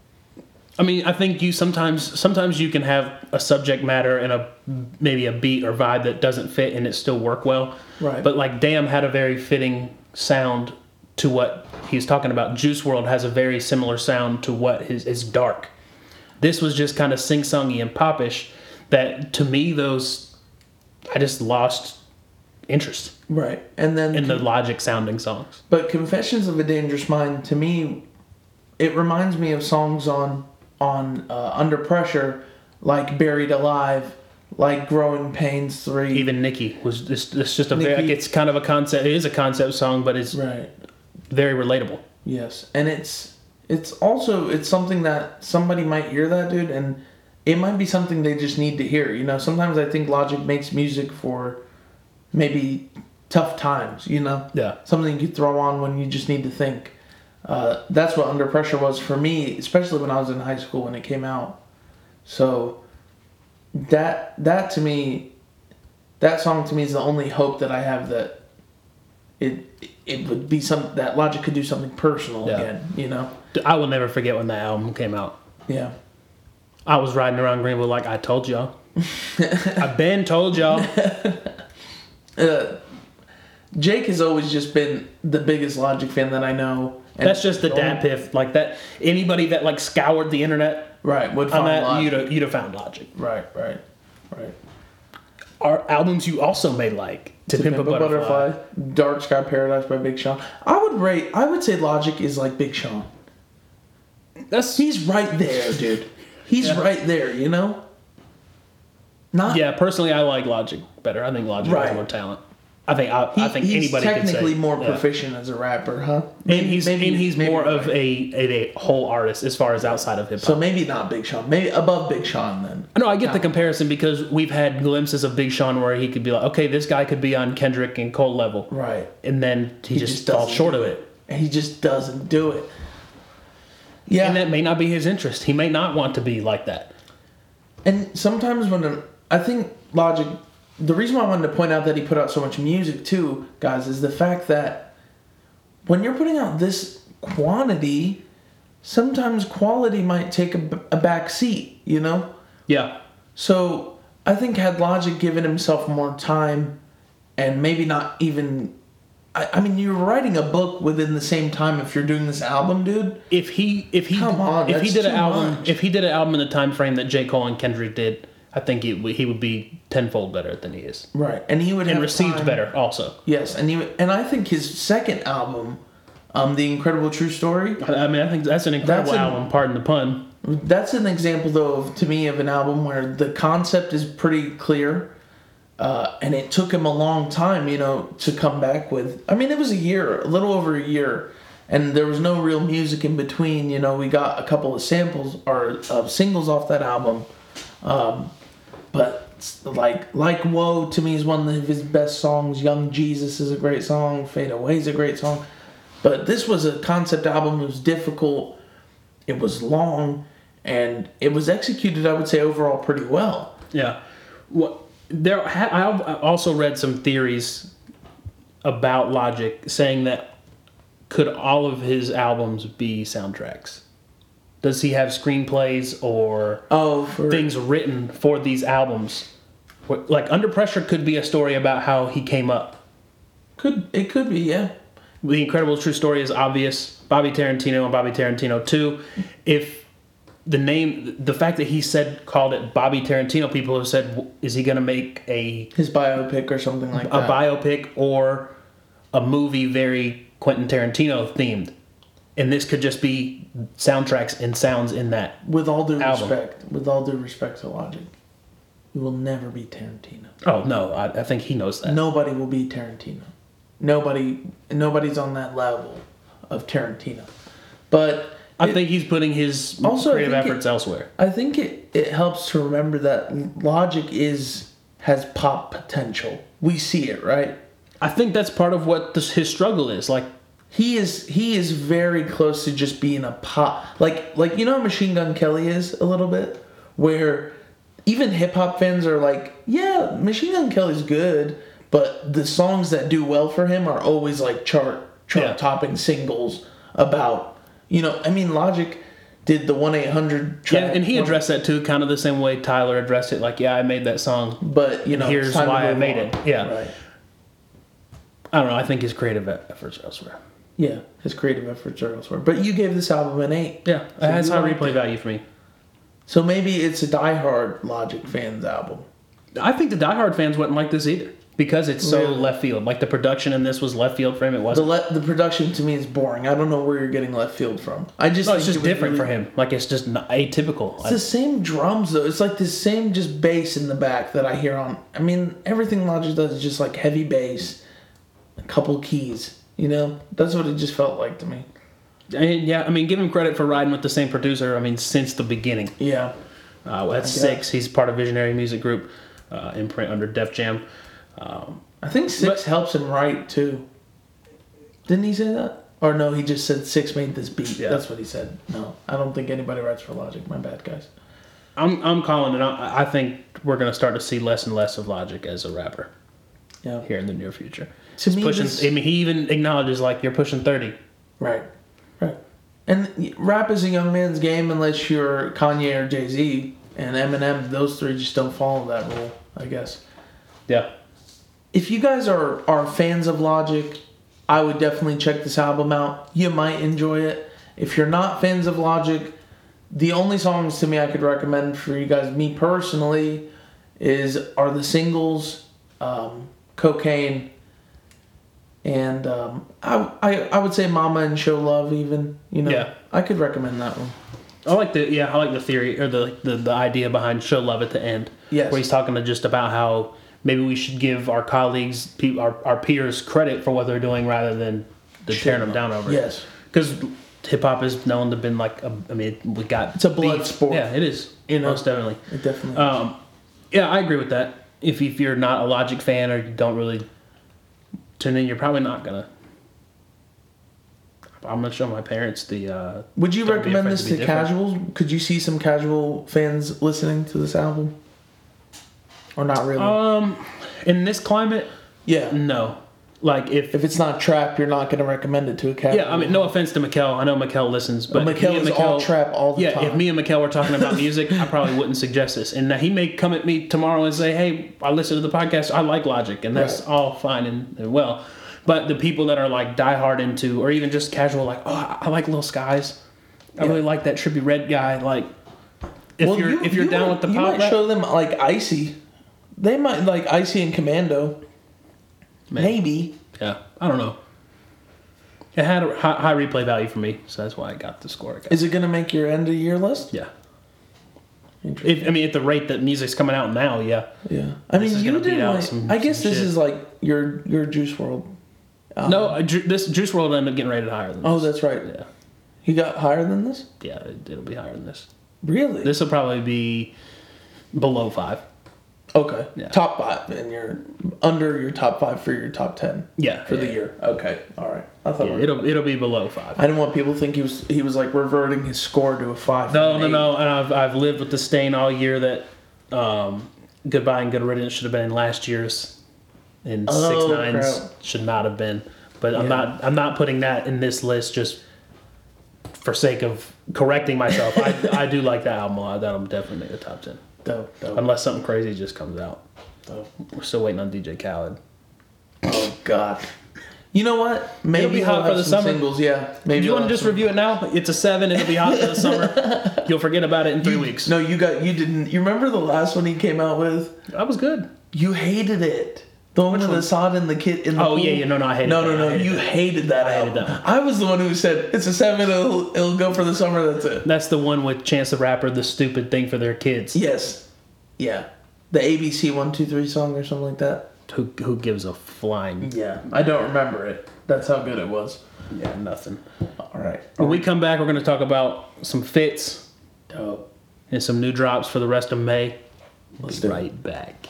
Speaker 2: I mean, I think you sometimes sometimes you can have a subject matter and a maybe a beat or vibe that doesn't fit and it still work well.
Speaker 1: Right.
Speaker 2: But like Damn had a very fitting sound to what he's talking about. Juice World has a very similar sound to what his is dark. This was just kind of sing-songy and popish that to me those I just lost interest
Speaker 1: Right. And then
Speaker 2: in the logic sounding songs.
Speaker 1: But Confessions of a Dangerous Mind to me, it reminds me of songs on on uh, Under Pressure, like Buried Alive, like Growing Pains Three.
Speaker 2: Even Nicki was just it's just a very
Speaker 1: Nicki-
Speaker 2: like it's kind of a concept it is a concept song but it's
Speaker 1: right.
Speaker 2: very relatable.
Speaker 1: Yes, and it's it's also it's something that somebody might hear that dude, and it might be something they just need to hear. You know, sometimes I think Logic makes music for maybe tough times. You know,
Speaker 2: Yeah.
Speaker 1: something you throw on when you just need to think. Uh, that's what Under Pressure was for me, especially when I was in high school when it came out. So that that to me, that song to me is the only hope that I have that it it would be some that Logic could do something personal
Speaker 2: Yeah.
Speaker 1: again. You know,
Speaker 2: I will never forget when that album came out.
Speaker 1: yeah.
Speaker 2: I was riding around Greenville like I told y'all. I've been told y'all.
Speaker 1: Jake has always just been the biggest Logic fan that I know. And
Speaker 2: That's just the dad piff. Like that anybody that like scoured the internet,
Speaker 1: Right, would
Speaker 2: I'm
Speaker 1: find
Speaker 2: at
Speaker 1: Logic.
Speaker 2: you'd have, you'd have found logic.
Speaker 1: Right, right, right.
Speaker 2: Are albums you also may like. To, Pimp, a Butterfly.
Speaker 1: Dark Sky Paradise by Big Sean. I would rate. I would say Logic is like Big Sean.
Speaker 2: That's
Speaker 1: He's right there, dude. He's
Speaker 2: Yeah.
Speaker 1: right there. You know. Not
Speaker 2: yeah, personally I like Logic better. I think Logic
Speaker 1: Right.
Speaker 2: has more talent. I think I, I
Speaker 1: he-
Speaker 2: think
Speaker 1: he's
Speaker 2: anybody could say-
Speaker 1: technically more
Speaker 2: yeah.
Speaker 1: proficient as a rapper, huh?
Speaker 2: And he's and he's
Speaker 1: maybe
Speaker 2: more
Speaker 1: you're
Speaker 2: of
Speaker 1: right.
Speaker 2: a, a a whole artist as far as outside of hip hop.
Speaker 1: So maybe not Big Sean. Maybe above Big Sean then.
Speaker 2: No, I get the
Speaker 1: Yeah.
Speaker 2: comparison because we've had glimpses of Big Sean where he could be like, okay, this guy could be on Kendrick and Cole level,
Speaker 1: Right.
Speaker 2: and then he,
Speaker 1: He
Speaker 2: just,
Speaker 1: just
Speaker 2: falls
Speaker 1: doesn't
Speaker 2: short
Speaker 1: do
Speaker 2: of it.
Speaker 1: And he just doesn't do it. Yeah.
Speaker 2: And that may not be his interest. He may not want to be like that.
Speaker 1: And sometimes when an- I think Logic, the reason why I wanted to point out that he put out so much music too, guys, is the fact that when you're putting out this quantity, sometimes quality might take a, b- a back seat, you know?
Speaker 2: Yeah,
Speaker 1: So I think had Logic given himself more time and maybe not even. I, I mean, you're writing a book within the same time if you're doing this album, dude.
Speaker 2: if he if he
Speaker 1: Come on,
Speaker 2: if he
Speaker 1: that's
Speaker 2: did an
Speaker 1: too
Speaker 2: album
Speaker 1: much.
Speaker 2: if he did an album in the time frame that J Cole and Kendrick did, I think he would- he would be tenfold better than he is
Speaker 1: Right. And he would
Speaker 2: and
Speaker 1: have
Speaker 2: received
Speaker 1: time-
Speaker 2: better also.
Speaker 1: Yes, and he, and I think his second album, um, The Incredible True Story,
Speaker 2: I I mean, I think that's an incredible
Speaker 1: an-
Speaker 2: album. Pardon the pun.
Speaker 1: that's an example though of, to me of an album where the concept is pretty clear, uh, and it took him a long time, you know, to come back with. I mean, it was a year, a little over a year, and there was no real music in between. You know, we got a couple of samples or of singles off that album, um, but s- like like Whoa to me is one of his best songs. Young Jesus is a great song. Fade Away is a great song. But this was a concept album. It was difficult. It was long, and it was executed. I would say overall pretty well.
Speaker 2: Yeah. What there ha- I al- I also read some theories about Logic saying that could all of his albums be soundtracks? Does he have screenplays or
Speaker 1: Oh, for,
Speaker 2: things written for these albums? Wh- Like Under Pressure could be a story about how he came up.
Speaker 1: could it could be yeah.
Speaker 2: The Incredible True Story is obvious. Bobby Tarantino and Bobby Tarantino 2. If the name, the fact that he said, called it Bobby Tarantino, people have said, "W- is he going to make a,
Speaker 1: His biopic or something like
Speaker 2: a
Speaker 1: that.
Speaker 2: biopic or a movie very Quentin Tarantino themed? And this could just be soundtracks and sounds in that.
Speaker 1: with all due
Speaker 2: album.
Speaker 1: respect, with all due respect to Logic, you will never be Tarantino.
Speaker 2: Oh, no, I, I think he knows that.
Speaker 1: Nobody will be Tarantino. Nobody, nobody's on that level of Tarantino. But
Speaker 2: I
Speaker 1: it-
Speaker 2: think he's putting his
Speaker 1: Also, I
Speaker 2: creative
Speaker 1: think it-
Speaker 2: efforts elsewhere.
Speaker 1: I think it, it helps to remember that Logic is has pop potential. We see it, right?
Speaker 2: I think that's part of what this, his struggle is. Like,
Speaker 1: He is he is very close to just being a pop like like you know how Machine Gun Kelly is a little bit where even hip hop fans are like, yeah, Machine Gun Kelly's good, but the songs that do well for him are always like chart chart
Speaker 2: Yeah.
Speaker 1: topping singles about you know, I mean Logic did the 1-800 track
Speaker 2: Yeah, and he
Speaker 1: one-
Speaker 2: addressed that too, kind of the same way Tyler addressed it. Like, yeah, I made that song.
Speaker 1: but you know,
Speaker 2: here's
Speaker 1: it's time to
Speaker 2: why I
Speaker 1: move
Speaker 2: made it.
Speaker 1: on.
Speaker 2: Yeah.
Speaker 1: Right.
Speaker 2: I don't know. I think his creative e- efforts elsewhere.
Speaker 1: Yeah, his creative efforts are elsewhere. But you gave this album an eight.
Speaker 2: Yeah,
Speaker 1: So
Speaker 2: it has
Speaker 1: you
Speaker 2: high
Speaker 1: liked
Speaker 2: replay
Speaker 1: it.
Speaker 2: value for me.
Speaker 1: So maybe it's a diehard Logic fans album.
Speaker 2: I think the diehard fans wouldn't like this either because it's so
Speaker 1: Really?
Speaker 2: left field. Like the production in this was left field for him. It
Speaker 1: The
Speaker 2: wasn't.
Speaker 1: le- the production to me is boring. I don't know where you're getting left field from. I just
Speaker 2: no,
Speaker 1: think
Speaker 2: it's
Speaker 1: it
Speaker 2: just
Speaker 1: was
Speaker 2: different for
Speaker 1: really-
Speaker 2: him. Like it's just not atypical.
Speaker 1: It's the same drums though. It's like the same just bass in the back that I hear on. I mean, everything Logic does is just like heavy bass, a couple keys. You know, that's what it just felt like to me.
Speaker 2: and yeah, I mean, give him credit for riding with the same producer. I mean, since the beginning.
Speaker 1: Yeah,
Speaker 2: Uh, well, that's
Speaker 1: Yeah.
Speaker 2: six. He's part of Visionary Music Group, uh, imprint under Def Jam. Um,
Speaker 1: I think six helps him write too. Didn't he say that? Or no, he just said six made this beat.
Speaker 2: Yeah.
Speaker 1: That's what he said. No, I don't think anybody writes for Logic. My bad, guys.
Speaker 2: I'm I'm calling it. I, I think we're gonna start to see less and less of Logic as a rapper
Speaker 1: Yeah,
Speaker 2: here in the near future.
Speaker 1: To
Speaker 2: He's
Speaker 1: me,
Speaker 2: pushing,
Speaker 1: this-
Speaker 2: I mean, he even acknowledges like you're pushing thirty.
Speaker 1: right, right. And y- rap is a young man's game unless you're Kanye or Jay Z and Eminem. Those three just don't follow that rule, I guess.
Speaker 2: Yeah,
Speaker 1: If you guys are are fans of Logic, I would definitely check this album out. You might enjoy it. If you're not fans of Logic, the only songs to me I could recommend for you guys, me personally, is are the singles, um, cocaine, and um, I, I I would say Mama and Show Love even. You know,
Speaker 2: Yeah.
Speaker 1: I could recommend that one.
Speaker 2: I like the yeah I like the theory or the the, the idea behind show love at the end.
Speaker 1: Yes.
Speaker 2: where he's talking to just about how maybe we should give our colleagues, pe- our our peers credit for what they're doing rather than the tearing them down over.
Speaker 1: Yes.
Speaker 2: because hip hop is known to been like a, I mean we got
Speaker 1: It's a blood sport.
Speaker 2: Yeah, it is.
Speaker 1: You know?
Speaker 2: most definitely.
Speaker 1: It definitely.
Speaker 2: Um, yeah, I agree with that. If, if you're not a Logic fan or you don't really tune in, you're probably not gonna. I'm gonna show my parents the. Uh,
Speaker 1: would you
Speaker 2: don't be
Speaker 1: recommend
Speaker 2: afraid
Speaker 1: this
Speaker 2: to
Speaker 1: to
Speaker 2: be different.
Speaker 1: casuals? Could you see some casual fans listening to this album? Or not really?
Speaker 2: um, in this climate,
Speaker 1: yeah.
Speaker 2: no. Like if,
Speaker 1: If it's not trap, you're not going to recommend it to a casual.
Speaker 2: yeah, I mean, no offense to Mikkel. I know Mikkel listens, but if
Speaker 1: Mikkel
Speaker 2: me and
Speaker 1: is all trap all the
Speaker 2: yeah,
Speaker 1: time.
Speaker 2: if me and Mikkel were talking about music, I probably wouldn't suggest this. And now he may come at me tomorrow and say, "Hey, I listened to the podcast. I like Logic, and that's
Speaker 1: Right.
Speaker 2: all fine and, and well." But the people that are like diehard into, or even just casual, like, "Oh, I I like Lil Skies. I
Speaker 1: Yeah.
Speaker 2: really like that trippy red guy." Like, if
Speaker 1: Well,
Speaker 2: you're if you're down
Speaker 1: might-
Speaker 2: with the
Speaker 1: you
Speaker 2: pop,
Speaker 1: might
Speaker 2: rap-
Speaker 1: show them like Icy. They might like Icy and Commando. Maybe.
Speaker 2: yeah, I don't know. It had a high, high replay value for me, so that's why I got the score. I got.
Speaker 1: Is it gonna make your end of year list?
Speaker 2: yeah.
Speaker 1: Interesting.
Speaker 2: If, I mean, at the rate that music's coming out now, yeah.
Speaker 1: yeah. I
Speaker 2: This
Speaker 1: mean,
Speaker 2: is
Speaker 1: you
Speaker 2: gonna beat
Speaker 1: did.
Speaker 2: out
Speaker 1: Like,
Speaker 2: some-
Speaker 1: I guess
Speaker 2: some
Speaker 1: this
Speaker 2: shit.
Speaker 1: is like your your Juice World.
Speaker 2: no, I, Ju- this Juice World ended up getting rated higher than.
Speaker 1: Um, Oh,
Speaker 2: this.
Speaker 1: that's right.
Speaker 2: Yeah.
Speaker 1: He got higher than this.
Speaker 2: yeah, it- it'll be higher than this.
Speaker 1: Really?
Speaker 2: This will probably be below five.
Speaker 1: okay.
Speaker 2: Yeah.
Speaker 1: Top five, and you're under your top five for your top ten.
Speaker 2: Yeah,
Speaker 1: For the
Speaker 2: yeah.
Speaker 1: year. Okay. All right. I thought.
Speaker 2: Yeah,
Speaker 1: we-
Speaker 2: it'll it'll be below five.
Speaker 1: I didn't want people to think he was he was like reverting his score to a five.
Speaker 2: No,
Speaker 1: from an
Speaker 2: no,
Speaker 1: eight.
Speaker 2: no. And I've I've lived with the stain all year that um, Goodbye and Good Riddance should have been in last year's, and Six
Speaker 1: Oh,
Speaker 2: Nines
Speaker 1: crap.
Speaker 2: should not have been. But I'm
Speaker 1: Yeah.
Speaker 2: not I'm not putting that in this list just for sake of correcting myself. I, I do like that album a lot. That album definitely make the top ten,
Speaker 1: Dope, dope,
Speaker 2: unless something crazy just comes out.
Speaker 1: dope.
Speaker 2: We're still waiting on DJ Khaled.
Speaker 1: Oh God. You know what? Maybe
Speaker 2: be
Speaker 1: he'll
Speaker 2: hot for
Speaker 1: have
Speaker 2: the
Speaker 1: some
Speaker 2: summer.
Speaker 1: Singles, yeah. Maybe
Speaker 2: Do you
Speaker 1: he'll
Speaker 2: want to
Speaker 1: have
Speaker 2: just
Speaker 1: some-
Speaker 2: review it now? It's a seven. It'll be hot for the summer. You'll forget about it in three weeks.
Speaker 1: No, you got you didn't. You remember the last one he came out with?
Speaker 2: that was good.
Speaker 1: You hated it. The one with
Speaker 2: one?
Speaker 1: Assad in the kid in the
Speaker 2: Oh,
Speaker 1: pool.
Speaker 2: yeah, yeah, no, no, I hated
Speaker 1: no,
Speaker 2: that,
Speaker 1: No,
Speaker 2: I
Speaker 1: no,
Speaker 2: hated
Speaker 1: You
Speaker 2: that.
Speaker 1: hated that. I
Speaker 2: hated that one.
Speaker 1: I was the one who said it's a seven. It'll, it'll go for the summer. That's it.
Speaker 2: That's the one with Chance the Rapper, the stupid thing for their kids.
Speaker 1: Yes. Yeah. The ABC one two three song or something like that.
Speaker 2: Who, who gives a flying?
Speaker 1: Yeah, I don't remember it. That's how good it was.
Speaker 2: Yeah, nothing.
Speaker 1: All right.
Speaker 2: When we come back, we're going to talk about some fits
Speaker 1: Dope.
Speaker 2: and some new drops for the rest of May. Let's
Speaker 1: do it.
Speaker 2: right back.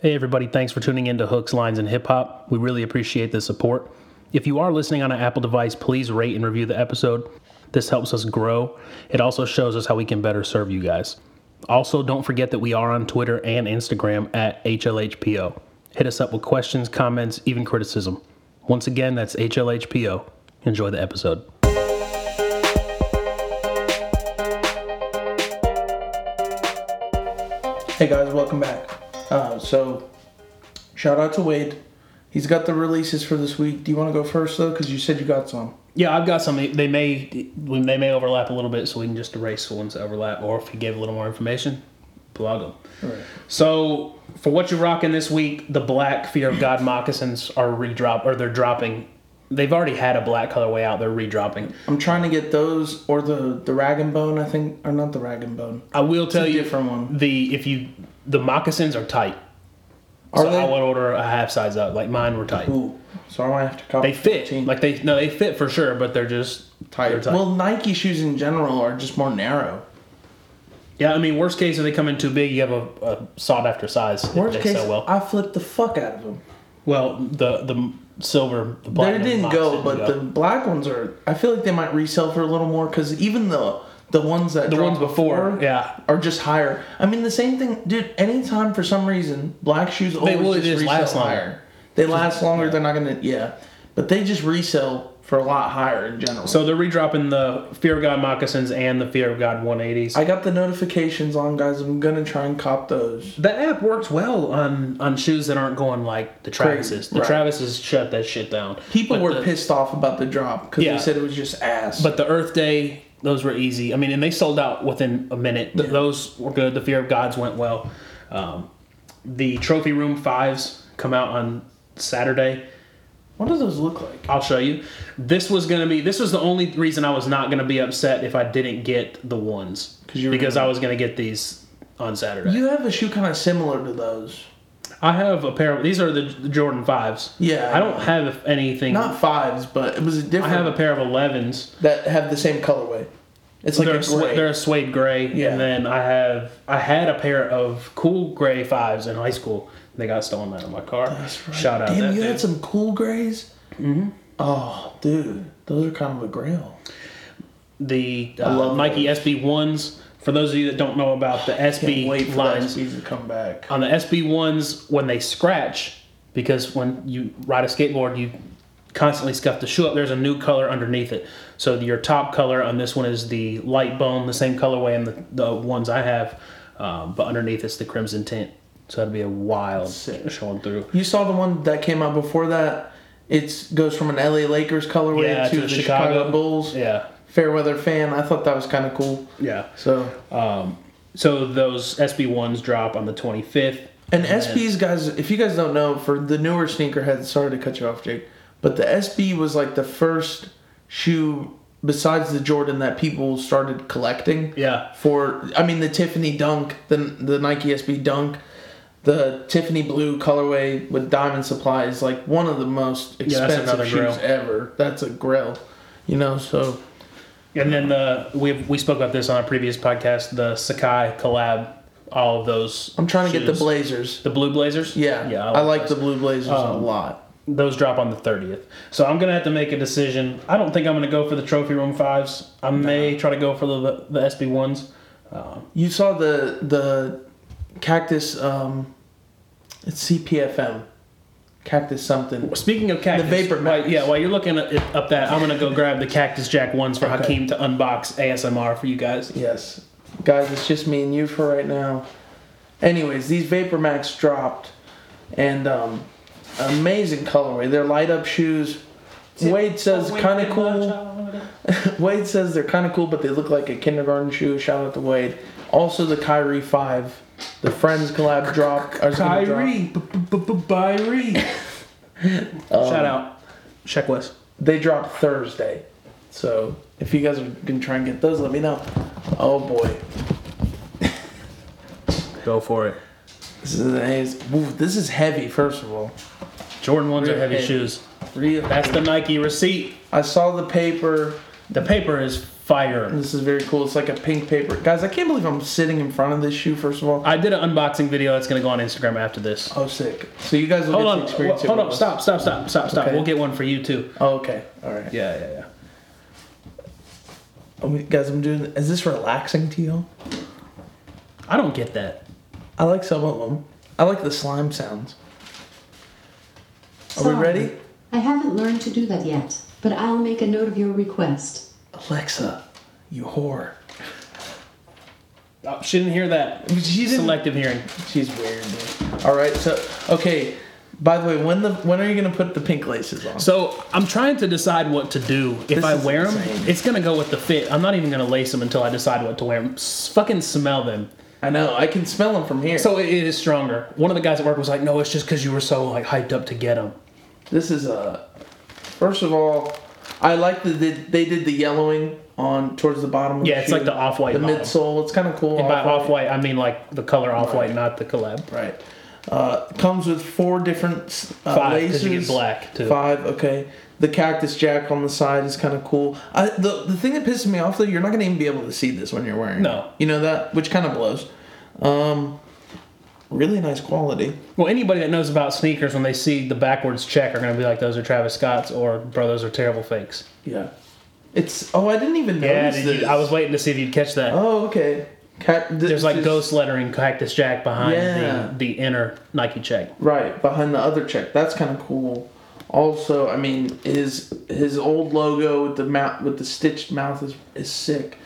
Speaker 2: Hey, everybody. Thanks for tuning in to Hooks, Lines, and Hip Hop. We really appreciate the support. If you are listening on an Apple device, please rate and review the episode. This helps us grow. It also shows us how we can better serve you guys. Also, don't forget that we are on Twitter and Instagram at HLHPO. Hit us up with questions, comments, even criticism. Once again, that's HLHPO. Enjoy the episode.
Speaker 1: Hey guys, welcome back. Uh, so, shout out to Wade. He's got the releases for this week. Do you want to go first though? Because you said you got some.
Speaker 2: Yeah, I've got some. They may they may overlap a little bit, so we can just erase the ones that overlap. Or if he gave a little more information, plug them. So for what you're rocking this week, the black Fear of God moccasins are redrop or they're dropping. They've already had a black colorway out. They're redropping.
Speaker 1: I'm trying to get those or the the rag and bone. I think or not the rag and bone.
Speaker 2: I will
Speaker 1: a
Speaker 2: tell you
Speaker 1: different one.
Speaker 2: The if you the moccasins are tight.
Speaker 1: Are
Speaker 2: so
Speaker 1: they?
Speaker 2: I would order a half size up. Like mine were tight.
Speaker 1: Ooh, so I might have to copy.
Speaker 2: They fit
Speaker 1: 14.
Speaker 2: like they no they fit for sure, but they're just they're tight.
Speaker 1: Well, Nike shoes in general are just more narrow.
Speaker 2: Yeah, I mean, worst case if they come in too big, you have a, a sought after size. if
Speaker 1: Worst
Speaker 2: they
Speaker 1: case,
Speaker 2: sell well.
Speaker 1: I flipped the fuck out of them.
Speaker 2: well, the the silver, the
Speaker 1: They
Speaker 2: platinum
Speaker 1: didn't
Speaker 2: box
Speaker 1: go,
Speaker 2: didn't
Speaker 1: but
Speaker 2: go.
Speaker 1: the black ones are. I feel like they might resell for a little more because even the the ones that
Speaker 2: the
Speaker 1: dropped
Speaker 2: ones before, yeah,
Speaker 1: are just higher. I mean, the same thing, dude. Anytime for some reason, black shoes always
Speaker 2: will
Speaker 1: just,
Speaker 2: just
Speaker 1: resell
Speaker 2: last longer.
Speaker 1: higher. They last longer. They're not gonna, yeah, but they just resell for a lot higher in general.
Speaker 2: So they're redropping the Fear of God moccasins and the Fear of God 180s.
Speaker 1: I got the notifications on, guys. I'm gonna try and cop those.
Speaker 2: that app works well on on shoes that aren't going like the
Speaker 1: Crazy,
Speaker 2: Travises. The
Speaker 1: right.
Speaker 2: Travises shut that shit down.
Speaker 1: People
Speaker 2: But
Speaker 1: were
Speaker 2: the-
Speaker 1: pissed off about the drop because
Speaker 2: Yeah.
Speaker 1: they said it was just ass.
Speaker 2: But the Earth Day, those were easy. I mean, and they sold out within a minute. Th- Those were good. The Fear of Gods went well. Um, the Trophy Room Fives come out on Saturday.
Speaker 1: what do those look like?
Speaker 2: I'll show you. This was gonna be. This was the only reason I was not gonna be upset if I didn't get the ones
Speaker 1: 'Cause you were
Speaker 2: because
Speaker 1: gonna-
Speaker 2: I was gonna get these on Saturday.
Speaker 1: You have a shoe kind of similar to those.
Speaker 2: I have a pair of these are the, the Jordan fives.
Speaker 1: Yeah,
Speaker 2: I
Speaker 1: I
Speaker 2: don't have anything.
Speaker 1: Not fives, but it was a
Speaker 2: I
Speaker 1: different.
Speaker 2: have a pair of elevens.
Speaker 1: that have the same colorway. It's like
Speaker 2: they're,
Speaker 1: a
Speaker 2: a swa-
Speaker 1: gray.
Speaker 2: they're a suede gray,
Speaker 1: Yeah.
Speaker 2: and then I have I had a pair of cool gray fives in high school. They got stolen out of my car.
Speaker 1: That's right.
Speaker 2: Shout out
Speaker 1: Damn,
Speaker 2: that
Speaker 1: you had
Speaker 2: dude.
Speaker 1: some cool grays. Mm-hmm. Oh, dude, those are kind of a grail.
Speaker 2: the
Speaker 1: I
Speaker 2: uh,
Speaker 1: love
Speaker 2: Nike SB ones. For those of you that don't know about the SB
Speaker 1: wait for
Speaker 2: lines,
Speaker 1: those to come back.
Speaker 2: on the SB ones when they scratch, because when you ride a skateboard, you constantly scuff the shoe up. There's a new color underneath it. So your top color on this one is the light bone, the same colorway in the, the ones I have, um, but underneath it's the crimson tint. So that'd be a wild
Speaker 1: Sick.
Speaker 2: showing through.
Speaker 1: You saw the one that came out before that. It goes from an LA Lakers colorway
Speaker 2: Yeah,
Speaker 1: to, the, Chicago, Bulls.
Speaker 2: Yeah,
Speaker 1: Fairweather fan. I thought that was kind of cool.
Speaker 2: yeah.
Speaker 1: So,
Speaker 2: So those SB ones drop on the 25th.
Speaker 1: and SBs, guys, if you guys don't know, for the newer sneakerheads, sorry to cut you off, Jake, but the SB was like the first shoe besides the Jordan that people started collecting.
Speaker 2: Yeah.
Speaker 1: for I mean the Tiffany Dunk, the the Nike SB Dunk, the Tiffany Blue colorway with diamond supply is like one of the most
Speaker 2: that's
Speaker 1: expensive
Speaker 2: another
Speaker 1: shoes
Speaker 2: grill.
Speaker 1: ever. That's a grill, you know. So
Speaker 2: And then the we we spoke about this on a previous podcast. The Sakai collab, all of those.
Speaker 1: I'm trying to get the
Speaker 2: shoes.
Speaker 1: Blazers.
Speaker 2: The blue blazers.
Speaker 1: Yeah,
Speaker 2: yeah.
Speaker 1: I like,
Speaker 2: those. Um,
Speaker 1: the blue Blazers a lot.
Speaker 2: Those drop on the thirtieth. So I'm gonna have to make a decision. I don't think I'm gonna go for the trophy room fives. I may try to go for the the SB ones.
Speaker 1: You saw the the Cactus. Um, it's CPFM. Cactus something.
Speaker 2: Speaking of cactus,
Speaker 1: The Vapor
Speaker 2: while-
Speaker 1: Max.
Speaker 2: yeah, while you're looking at, up that, I'm gonna go grab the Cactus Jack ones for
Speaker 1: Okay.
Speaker 2: Hakeem to unbox ASMR for you guys.
Speaker 1: Yes, guys, it's just me and you for right now. Anyways, these Vapor Max dropped, and um, amazing colorway. They're light up shoes. Wade
Speaker 2: Oh,
Speaker 1: says kind of cool. Wade says they're kind of cool, but they look like a kindergarten shoe. Shout out to Wade. Also, the Kyrie Five, the Friends collab drop. or is gonna drop.
Speaker 2: Kyrie, Byrie. Shout out, Check West.
Speaker 1: They drop Thursday, so if you guys are gonna try and get those, let me know. Oh boy,
Speaker 2: Go for it.
Speaker 1: this is ooh, this is heavy. First of all,
Speaker 2: Jordan ones are
Speaker 1: Real
Speaker 2: heavy
Speaker 1: heavy.
Speaker 2: shoes.
Speaker 1: real.
Speaker 2: That's the Nike receipt.
Speaker 1: I saw the paper.
Speaker 2: The paper is fire.
Speaker 1: This is very cool. It's like a pink paper. Guys, I can't believe I'm sitting in front of this shoe, first of all.
Speaker 2: I did an unboxing video that's gonna go on Instagram after this.
Speaker 1: Oh, sick. So you guys will
Speaker 2: Hold
Speaker 1: get
Speaker 2: on,
Speaker 1: to experience it
Speaker 2: hold
Speaker 1: with
Speaker 2: on,
Speaker 1: us.
Speaker 2: stop, stop, stop, stop, stop.
Speaker 1: Okay.
Speaker 2: We'll get one for you too.
Speaker 1: Oh, okay. All right.
Speaker 2: Yeah, yeah, yeah.
Speaker 1: Oh, wait, guys, I'm doing... Is this relaxing to you?
Speaker 2: I don't get that.
Speaker 1: I like some of them. I like the slime sounds. Are we
Speaker 5: Sorry.
Speaker 1: ready?
Speaker 5: I haven't learned to do that yet, but I'll make a note of your request.
Speaker 1: Alexa, you whore.
Speaker 2: Oh, she didn't hear that.
Speaker 1: She didn't-
Speaker 2: Selective hearing.
Speaker 1: She's weird, dude. All right, so... Okay. By the way, when the when are you going to put the pink laces on?
Speaker 2: So I'm trying to decide what to do. If
Speaker 1: This
Speaker 2: I
Speaker 1: is
Speaker 2: wear them,
Speaker 1: insane.
Speaker 2: it's gonna go with the fit. I'm not even gonna lace them until I decide what to wear them. Fucking smell them.
Speaker 1: I know. I can smell them from here.
Speaker 2: So it, it is stronger. One of the guys at work was like, "No, it's just because you were so like hyped up to get them."
Speaker 1: This is a. First of all, I like that they, they did the yellowing on towards the bottom. Of
Speaker 2: Yeah,
Speaker 1: the
Speaker 2: it's
Speaker 1: shoe.
Speaker 2: like the off-white
Speaker 1: the
Speaker 2: bottom.
Speaker 1: midsole. It's kind of cool.
Speaker 2: And by
Speaker 1: off-white.
Speaker 2: off white, I mean like the color off white,
Speaker 1: Right.
Speaker 2: not the collab.
Speaker 1: right? Uh, comes with four different uh,
Speaker 2: Five,
Speaker 1: lasers.
Speaker 2: 'cause you get black, too.
Speaker 1: Five, okay. The cactus jack on the side is kind of cool. I, the the thing that pisses me off though, you're not gonna even be able to see this when you're wearing. it.
Speaker 2: No.
Speaker 1: you know that, which kind of blows. Um, really nice quality.
Speaker 2: Well, anybody that knows about sneakers, when they see the backwards check, are gonna be like, "Those are Travis Scotts," or "Bro, those are terrible fakes."
Speaker 1: Yeah. It's oh, I didn't even
Speaker 2: Yeah,
Speaker 1: notice
Speaker 2: did
Speaker 1: this.
Speaker 2: you, I was waiting to see if you'd catch that.
Speaker 1: Oh, okay. Cat, th-
Speaker 2: There's like
Speaker 1: this-
Speaker 2: ghost lettering Cactus Jack behind
Speaker 1: Yeah.
Speaker 2: the, the inner Nike check.
Speaker 1: Right, behind the other check. That's kind of cool. Also, I mean, his his old logo with the mouth with the stitched mouth is is sick.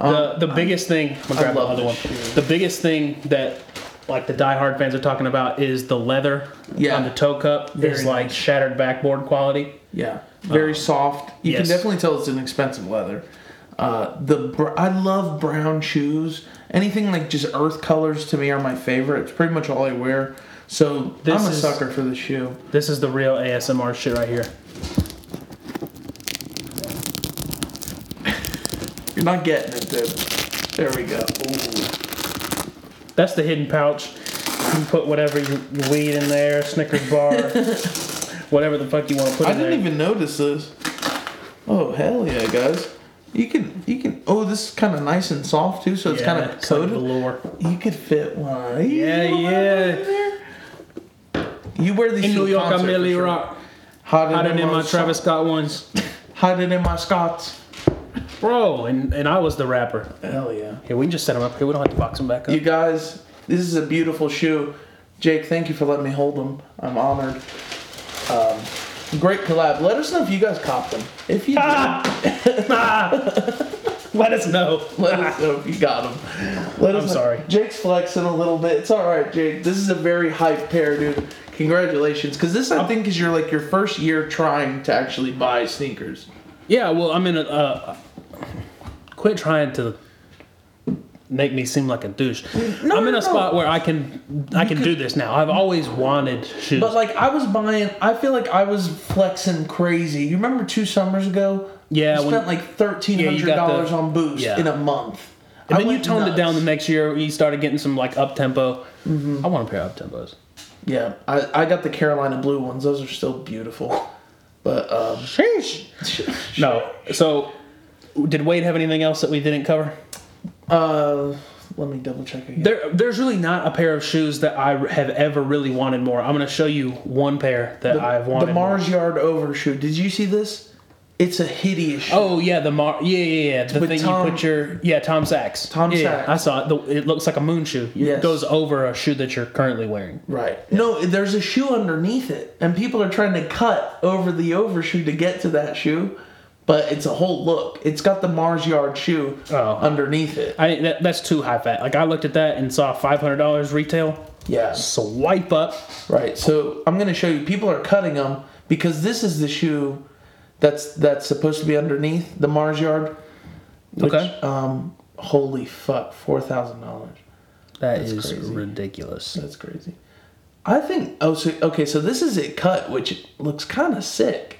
Speaker 1: Um,
Speaker 2: the the biggest thing I'm gonna
Speaker 1: I
Speaker 2: grab the
Speaker 1: love
Speaker 2: other one.
Speaker 1: this shoe.
Speaker 2: The biggest thing that like the diehard fans are talking about is the leather
Speaker 1: Yeah.
Speaker 2: on the toe cup
Speaker 1: Very
Speaker 2: is like
Speaker 1: nice.
Speaker 2: shattered backboard quality.
Speaker 1: yeah, very soft. You
Speaker 2: Um, yes.
Speaker 1: can definitely tell it's an expensive leather. Uh, the br- I love brown shoes. Anything like just earth colors to me are my favorite. It's pretty much all I wear. So
Speaker 2: This
Speaker 1: I'm a
Speaker 2: is-
Speaker 1: sucker for the shoe.
Speaker 2: This is the real ASMR shit right here.
Speaker 1: You're not getting it, dude. There we go. Ooh.
Speaker 2: That's the hidden pouch. You can put whatever you, you weed in there, Snickers bar, whatever the fuck you want to put
Speaker 1: I
Speaker 2: in there.
Speaker 1: didn't even notice this. Oh hell yeah, guys! You can you can. Oh, this is kind of nice and soft too, so it's
Speaker 2: Yeah,
Speaker 1: kind of
Speaker 2: it's like
Speaker 1: coated.
Speaker 2: velour.
Speaker 1: you could fit one. You
Speaker 2: Yeah,
Speaker 1: know what
Speaker 2: yeah.
Speaker 1: I'm saying there? You wear these
Speaker 2: In
Speaker 1: to
Speaker 2: New
Speaker 1: a
Speaker 2: York, I'm
Speaker 1: concert
Speaker 2: Millie
Speaker 1: for sure.
Speaker 2: Rock.
Speaker 1: Hiding,
Speaker 2: Hiding in my
Speaker 1: sc-
Speaker 2: Travis Scott ones.
Speaker 1: Hiding in my Scots.
Speaker 2: Bro, and, and I was the rapper.
Speaker 1: Hell yeah.
Speaker 2: Here, we can just set them up here. We don't have to box them back up.
Speaker 1: You guys, this is a beautiful shoe. Jake, thank you for letting me hold them. I'm honored. Um, great collab. Let us know if you guys cop them. If you do,
Speaker 2: Let us know.
Speaker 1: Let us know if you got them. Let us
Speaker 2: I'm
Speaker 1: know.
Speaker 2: sorry.
Speaker 1: Jake's flexing a little bit. It's all right, Jake. This is a very hype pair, dude. Congratulations, because this I think is your like your first year trying to actually buy sneakers.
Speaker 2: Yeah, well, I'm in a. Uh, quit trying to make me seem like a douche.
Speaker 1: No,
Speaker 2: I'm in
Speaker 1: no,
Speaker 2: a spot
Speaker 1: no.
Speaker 2: where I can I can do this now. I've always wanted shoes.
Speaker 1: But like I was buying, I feel like I was flexing crazy. You remember two summers ago? you
Speaker 2: Yeah, when-
Speaker 1: spent like thirteen
Speaker 2: you
Speaker 1: hundred
Speaker 2: got the-
Speaker 1: dollars on Boost
Speaker 2: yeah.
Speaker 1: in a month.
Speaker 2: and
Speaker 1: I
Speaker 2: then you
Speaker 1: went
Speaker 2: toned it down the
Speaker 1: nuts. Mm-hmm.
Speaker 2: next year. You started getting some like up tempo. I want a pair of up tempos.
Speaker 1: yeah, I, I got the Carolina blue ones. Those are still beautiful. But um,
Speaker 2: Sheesh. No. So, did Wade have anything else that we didn't cover?
Speaker 1: uh, let me double check again.
Speaker 2: There, there's really not a pair of shoes that I have ever really wanted more. I'm going to show you one pair that I've wanted.
Speaker 1: The
Speaker 2: more.
Speaker 1: Mars Yard overshoe. Did you see this? It's a hideous show.
Speaker 2: Oh yeah, the mar. Yeah, yeah, yeah. The
Speaker 1: With
Speaker 2: thing
Speaker 1: Tom-
Speaker 2: you put your yeah Tom Sachs.
Speaker 1: Tom
Speaker 2: yeah,
Speaker 1: Sachs.
Speaker 2: I saw it. The, it looks like a moon shoe.
Speaker 1: Yes.
Speaker 2: It goes over a shoe that you're currently wearing.
Speaker 1: Right. No, there's a shoe underneath it, and people are trying to cut over the overshoe to get to that shoe, but it's a whole look. It's got the Mars Yard shoe
Speaker 2: Oh.
Speaker 1: underneath it.
Speaker 2: I that, that's too high fat. Like I looked at that and saw five hundred dollars retail.
Speaker 1: Yeah.
Speaker 2: Swipe up.
Speaker 1: Right. So I'm going to show you. People are cutting them because this is the shoe that's that's supposed to be underneath the Mars Yard. which,
Speaker 2: Okay.
Speaker 1: Um. Holy fuck! Four thousand dollars.
Speaker 2: That's
Speaker 1: crazy.
Speaker 2: ridiculous.
Speaker 1: That's crazy. I think. Oh, so okay. So this is it cut, which looks kind of sick.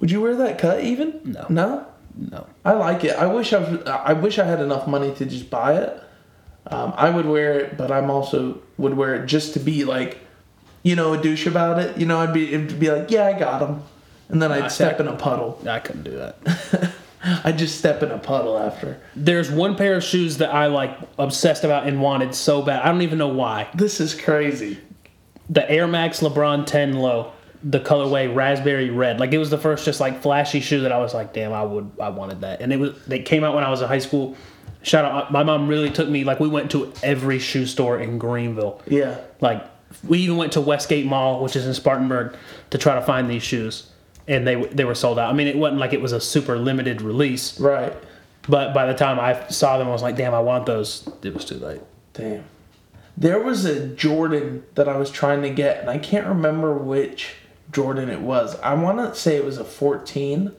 Speaker 1: Would you wear that cut even?
Speaker 2: No.
Speaker 1: No.
Speaker 2: No.
Speaker 1: I like it. I wish I. was- I wish I had enough money to just buy it. Um, I would wear it, but I'm also would wear it just to be like, you know, a douche about it. You know, I'd be it'd be like, yeah, I got him, and then I'd
Speaker 2: I see,
Speaker 1: step
Speaker 2: I-
Speaker 1: in a puddle.
Speaker 2: I couldn't do that.
Speaker 1: I'd just step in a puddle after.
Speaker 2: There's one pair of shoes that I like obsessed about and wanted so bad. I don't even know why.
Speaker 1: This is crazy.
Speaker 2: The Air Max LeBron 10 Low, the colorway raspberry red. Like it was the first just like flashy shoe that I was like, damn, I would, I wanted that. And it was they came out when I was in high school. Shout out, my mom really took me. Like we went to every shoe store in Greenville.
Speaker 1: Yeah.
Speaker 2: Like we even went to Westgate Mall, which is in Spartanburg, to try to find these shoes, and they they were sold out. I mean, it wasn't like it was a super limited release,
Speaker 1: Right.
Speaker 2: but by the time I saw them, I was like, damn, I want those. It was too late.
Speaker 1: Damn. There was a Jordan that I was trying to get, and I can't remember which Jordan it was. I want to say it was a 14. Um,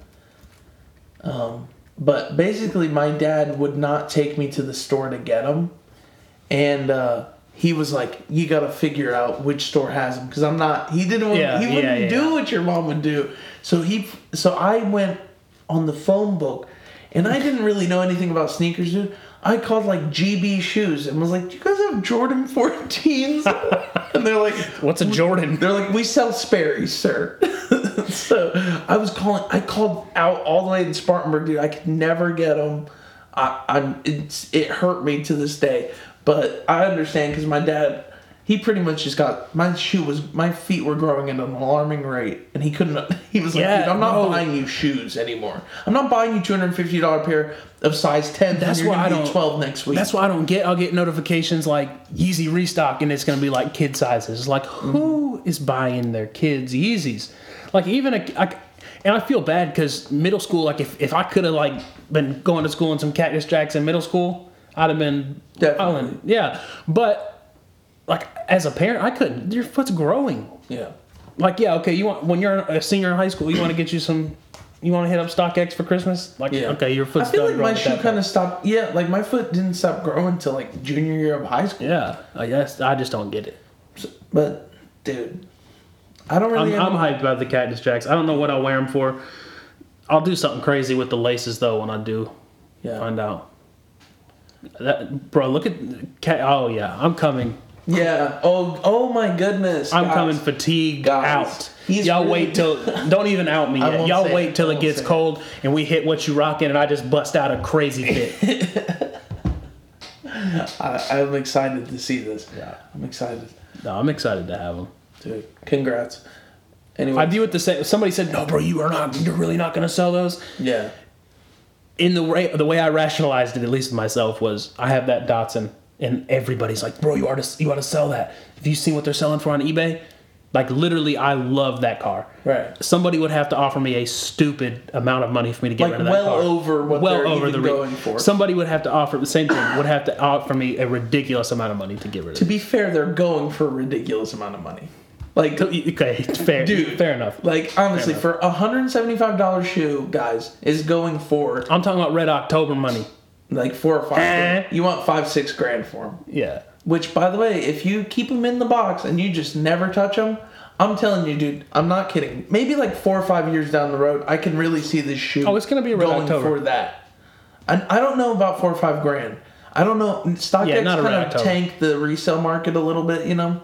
Speaker 1: but basically, my dad would not take me to the store to get them. And uh, he was like, You got to figure out which store has them. Because I'm not, he didn't, want,
Speaker 2: Yeah,
Speaker 1: he
Speaker 2: yeah,
Speaker 1: wouldn't
Speaker 2: yeah.
Speaker 1: do what your mom would do. So he, so I went on the phone book, and I didn't really know anything about sneakers, dude. I called like GB Shoes and was like, "Do you guys have Jordan 14s?" and they're like,
Speaker 2: What's a Jordan?
Speaker 1: They're like, "We sell Sperry's, sir." so I was calling. I called out all the way in Spartanburg, dude. I could never get them. I, I'm. It's it hurt me to this day, but I understand because my dad. He pretty much just got my shoe was my feet were growing at an alarming rate, and he couldn't. He was like,
Speaker 2: Yeah,
Speaker 1: "Dude, I'm not
Speaker 2: no.
Speaker 1: buying you shoes anymore. I'm not buying you two hundred fifty dollar pair of size ten. when
Speaker 2: That's
Speaker 1: you're
Speaker 2: why
Speaker 1: gonna
Speaker 2: I
Speaker 1: be
Speaker 2: don't-
Speaker 1: Twelve next week.
Speaker 2: That's what I don't get. I'll get notifications like Yeezy restock, and it's gonna be like kid sizes. Like who
Speaker 1: Mm-hmm.
Speaker 2: is buying their kids Yeezys? Like even a I- and I feel bad because middle school. Like if, if I could have like been going to school in some Cactus Jacks in middle school, I'd have been
Speaker 1: Definitely.
Speaker 2: wildin'. Yeah, but like as a parent, I couldn't. Your foot's growing.
Speaker 1: yeah.
Speaker 2: Like yeah, okay. You want when you're a senior in high school, you want to get you some. You want to hit up StockX for Christmas? Like
Speaker 1: Yeah.
Speaker 2: okay, your foot's.
Speaker 1: I feel like
Speaker 2: done growing
Speaker 1: my
Speaker 2: at
Speaker 1: shoe
Speaker 2: that
Speaker 1: kind
Speaker 2: point.
Speaker 1: of stopped. Yeah, like my foot didn't stop growing till like junior year of high school.
Speaker 2: Yeah, I guess I just don't get it.
Speaker 1: But dude, I don't
Speaker 2: I'm,
Speaker 1: really.
Speaker 2: I'm hyped about the Cactus Jacks. I don't know what I'll wear them for. I'll do something crazy with the laces though when I do
Speaker 1: Yeah.
Speaker 2: find out. That bro, look at Ca- oh yeah, I'm coming.
Speaker 1: yeah. Oh. Oh my goodness.
Speaker 2: I'm
Speaker 1: guys.
Speaker 2: coming fatigued
Speaker 1: Guys,
Speaker 2: out.
Speaker 1: he's
Speaker 2: Y'all
Speaker 1: really-
Speaker 2: wait till don't even out me
Speaker 1: I
Speaker 2: yet.
Speaker 1: won't
Speaker 2: Y'all
Speaker 1: say
Speaker 2: wait
Speaker 1: it.
Speaker 2: till
Speaker 1: I
Speaker 2: it
Speaker 1: won't
Speaker 2: gets
Speaker 1: say it.
Speaker 2: cold and we hit what you rocking and I just bust out a crazy fit.
Speaker 1: I, I'm excited to see this.
Speaker 2: Yeah.
Speaker 1: I'm excited,
Speaker 2: no, I'm excited to have them.
Speaker 1: dude. Congrats. Anyway.
Speaker 2: I view it the same. Somebody said, "No, bro, you are not. You're really not going to sell those."
Speaker 1: yeah.
Speaker 2: in the way the way I rationalized it, at least myself, was I have that Datsun, and everybody's like, "Bro, you ought to you ought to sell that." Have you seen what they're selling for on eBay? Like literally, I love that car.
Speaker 1: Right.
Speaker 2: Somebody would have to offer me a stupid amount of money for me to get
Speaker 1: Like,
Speaker 2: rid of that
Speaker 1: well
Speaker 2: car.
Speaker 1: over what they're even
Speaker 2: re-
Speaker 1: going for.
Speaker 2: Somebody would have to offer the same thing. Would have to offer me a ridiculous amount of money to get rid of.
Speaker 1: To
Speaker 2: it.
Speaker 1: be fair, they're going for a ridiculous amount of money. Like,
Speaker 2: okay, fair,
Speaker 1: Dude.
Speaker 2: fair enough.
Speaker 1: like honestly,
Speaker 2: enough.
Speaker 1: for a hundred seventy-five dollar shoe, guys, is going for
Speaker 2: I'm talking about Red October money.
Speaker 1: like four or five.
Speaker 2: Eh.
Speaker 1: You want five, six grand for them.
Speaker 2: Yeah.
Speaker 1: Which, by the way, if you keep them in the box and you just never touch them, I'm telling you, dude, I'm not kidding. Maybe like four or five years down the road, I can really see this shoe.
Speaker 2: Oh, it's gonna be a red
Speaker 1: going
Speaker 2: October.
Speaker 1: for that. And I don't know about four or five grand. I don't know. StockX
Speaker 2: Yeah, not a red
Speaker 1: kind of
Speaker 2: October.
Speaker 1: tanked the resale market a little bit, you know.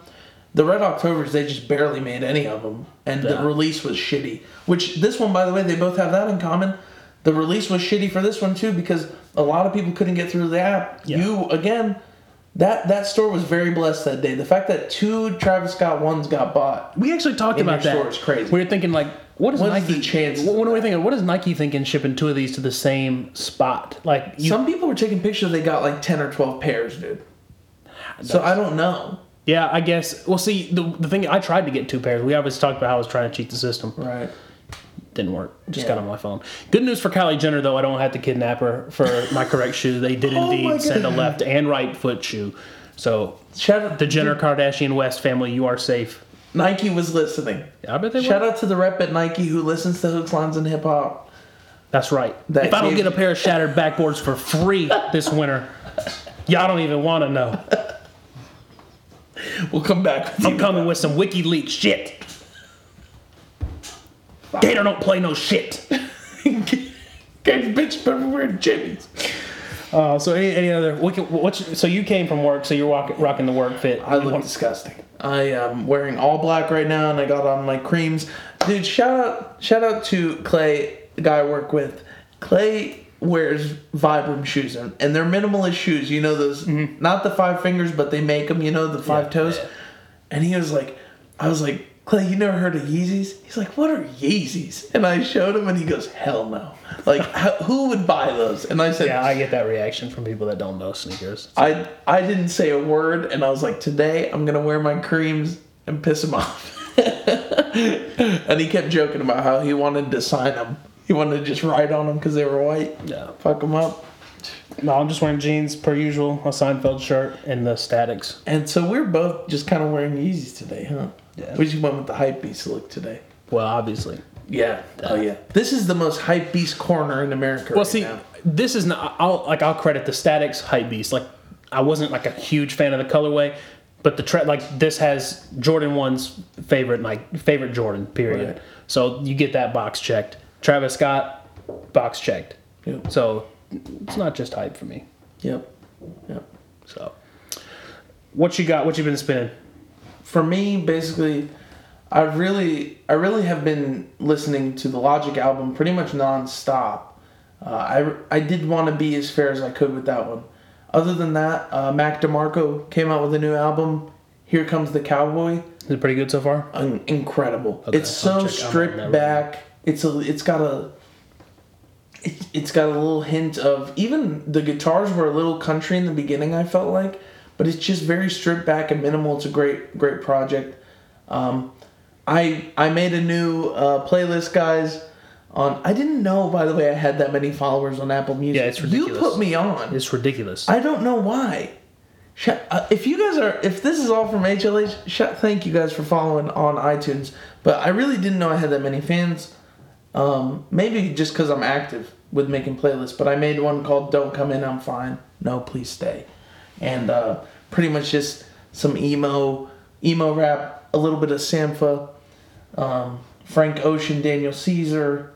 Speaker 1: The Red Octobers, they just barely made any of them, and
Speaker 2: Yeah.
Speaker 1: the release was shitty. Which this one, by the way, they both have that in common. The release was shitty for this one too because a lot of people couldn't get through the app.
Speaker 2: Yeah.
Speaker 1: You again, that that store was very blessed that day. The fact that two Travis Scott ones got bought.
Speaker 2: We actually talked
Speaker 1: In
Speaker 2: about
Speaker 1: your
Speaker 2: that.
Speaker 1: store is crazy.
Speaker 2: We were thinking like What is
Speaker 1: What is
Speaker 2: Nike?
Speaker 1: the chances
Speaker 2: What,
Speaker 1: of
Speaker 2: what do we think? What is Nike thinking shipping two of these to the same spot? Like you,
Speaker 1: Some people were taking pictures. They got like ten or twelve pairs, dude. So I don't know.
Speaker 2: yeah, I guess. Well, see, the the thing I tried to get two pairs. We always talked about how I was trying to cheat the system.
Speaker 1: Right.
Speaker 2: Didn't work. Just
Speaker 1: Yeah.
Speaker 2: got on my phone. Good news for Kylie Jenner though. I don't have to kidnap her for my correct shoe. They did
Speaker 1: Oh my
Speaker 2: indeed send a
Speaker 1: God.
Speaker 2: left and right foot shoe. So
Speaker 1: Shout out
Speaker 2: the Jenner Kardashian West family, you are safe.
Speaker 1: Nike was listening.
Speaker 2: I bet they
Speaker 1: Shout
Speaker 2: will.
Speaker 1: out to the rep at Nike who listens to hooks, lines, and hip hop.
Speaker 2: That's right.
Speaker 1: That
Speaker 2: if I don't
Speaker 1: gave-
Speaker 2: get a pair of shattered backboards for free this winter, y'all don't even want to know.
Speaker 1: We'll come back. With
Speaker 2: I'm
Speaker 1: you.
Speaker 2: coming with some WikiLeaks shit. Gator don't play no shit.
Speaker 1: Gator bitch better wear jimmies.
Speaker 2: Uh, so any, any other? What, can- what's, so you came from work, so you're walk, rocking the work fit.
Speaker 1: I look disgusting. I am wearing all black right now, and I got on my creams. Dude, shout out, shout out to Clay, the guy I work with. Clay wears Vibram shoes, and and they're minimalist shoes. You know those, not the five fingers, but they make them. You know the five toes. And he was like, I was like, Clay, you never heard of Yeezys? He's like, what are Yeezys? And I showed him, and he goes, hell no. Like, how, who would buy those? And I said,
Speaker 2: yeah, I get that reaction from people that don't know sneakers.
Speaker 1: I I didn't say a word, and I was like, today I'm gonna wear my creams and piss him off. and he kept joking about how he wanted to sign them. He wanted to just ride on them because they were white.
Speaker 2: Yeah.
Speaker 1: Fuck them up.
Speaker 2: No, I'm just wearing jeans per usual, a Seinfeld shirt, and the statics.
Speaker 1: And so we're both just kind of wearing Yeezys today, huh?
Speaker 2: Yeah.
Speaker 1: We just went with the hype beast look today.
Speaker 2: Well, obviously.
Speaker 1: Yeah. Oh yeah. This is the most hype beast corner in America.
Speaker 2: Well,
Speaker 1: right
Speaker 2: see,
Speaker 1: now.
Speaker 2: this is not. I'll like I'll credit the statics hype beast. Like I wasn't like a huge fan of the colorway, but the tre- like this has Jordan one's favorite like favorite Jordan period.
Speaker 1: Right.
Speaker 2: So you get that box checked. Travis Scott box checked.
Speaker 1: Yep.
Speaker 2: So it's not just hype for me.
Speaker 1: Yep. Yep.
Speaker 2: So what you got? What you been spinning?
Speaker 1: for me basically i really i really have been listening to the logic album pretty much nonstop. uh, i i did want to be as fair as i could with that one other than that uh, mac demarco came out with a new album here comes the cowboy
Speaker 2: Is it pretty good so far?
Speaker 1: Un- incredible
Speaker 2: Okay,
Speaker 1: it's
Speaker 2: I'll
Speaker 1: so
Speaker 2: check- I'm
Speaker 1: stripped
Speaker 2: on that right
Speaker 1: back it's a it's got a it, it's got a little hint of even the guitars were a little country in the beginning i felt like but it's just very stripped back and minimal it's a great great project um, i i made a new uh, playlist guys on i didn't know by the way i had that many followers on apple music
Speaker 2: it's
Speaker 1: you
Speaker 2: ridiculous.
Speaker 1: put me on
Speaker 2: It's ridiculous.
Speaker 1: i don't know why Sh- uh, if you guys are if this is all from hlh sh- thank you guys for following on itunes but i really didn't know i had that many fans um, maybe just because I'm active with making playlists, but I made one called "Don't Come In, I'm Fine." No, please stay, and uh, pretty much just some emo, emo rap, a little bit of Sampha, um, Frank Ocean, Daniel Caesar,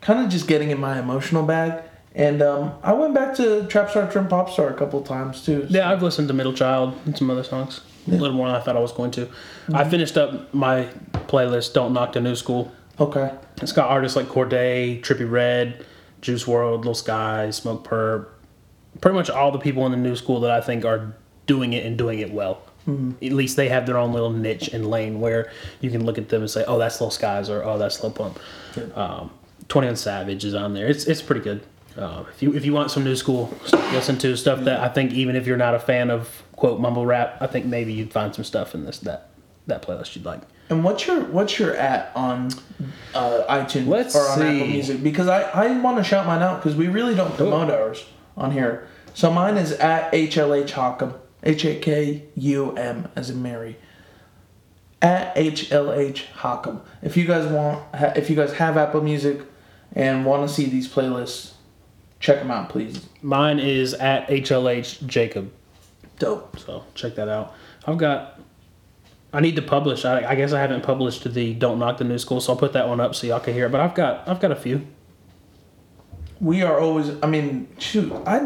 Speaker 1: kind of just getting in my emotional bag. And um, I went back to Trap Star Trim Pop Star a couple times too.
Speaker 2: Yeah, I've listened to Middle Child and some other songs. A little more than I thought I was going to. I finished up my playlist, Don't Knock the New School.
Speaker 1: Okay.
Speaker 2: It's got artists like Corday, Trippy Red, Juice World, Lil Sky, Smoke Perp. Pretty much all the people in the new school that I think are doing it and doing it well. At least they have their own little niche and lane where you can look at them and say, oh, that's Lil Skies or oh, that's Lil Pump. Um, 21 Savage is on there. It's, it's pretty good. Um, if, you, if you want some new school stuff to listen to, stuff that I think even if you're not a fan of, quote, mumble rap, I think maybe you'd find some stuff in this that, that playlist you'd like.
Speaker 1: And what's your what's your at on uh, iTunes
Speaker 2: Let's
Speaker 1: or on Apple
Speaker 2: see.
Speaker 1: Music? Because I, I want to shout mine out because we really don't promote ours on here. So mine is at HLH Hockum. H A K U M as in Mary. At HLH Hockum. If you guys want, ha- if you guys have Apple Music and want to see these playlists, check them out, please.
Speaker 2: Mine is at HLH Jacob.
Speaker 1: Dope.
Speaker 2: So check that out. I've got. I need to publish. I, I guess I haven't published the "Don't Knock the New School," so I'll put that one up so y'all can hear it. But I've got I've got a few.
Speaker 1: We are always. I mean, shoot, I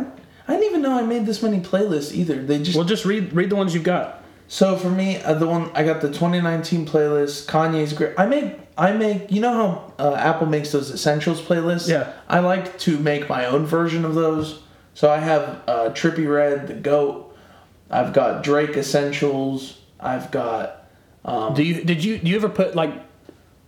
Speaker 1: I didn't even know I made this many playlists either. They just
Speaker 2: Well, just read read the ones you've got.
Speaker 1: So for me, uh, the one I got the 2019 playlist, Kanye's great. I make I make you know how uh, Apple makes those essentials playlists.
Speaker 2: Yeah.
Speaker 1: I like to make my own version of those. So I have uh, Trippy Red, the Goat. I've got Drake essentials. I've got
Speaker 2: Do you did you do you ever put like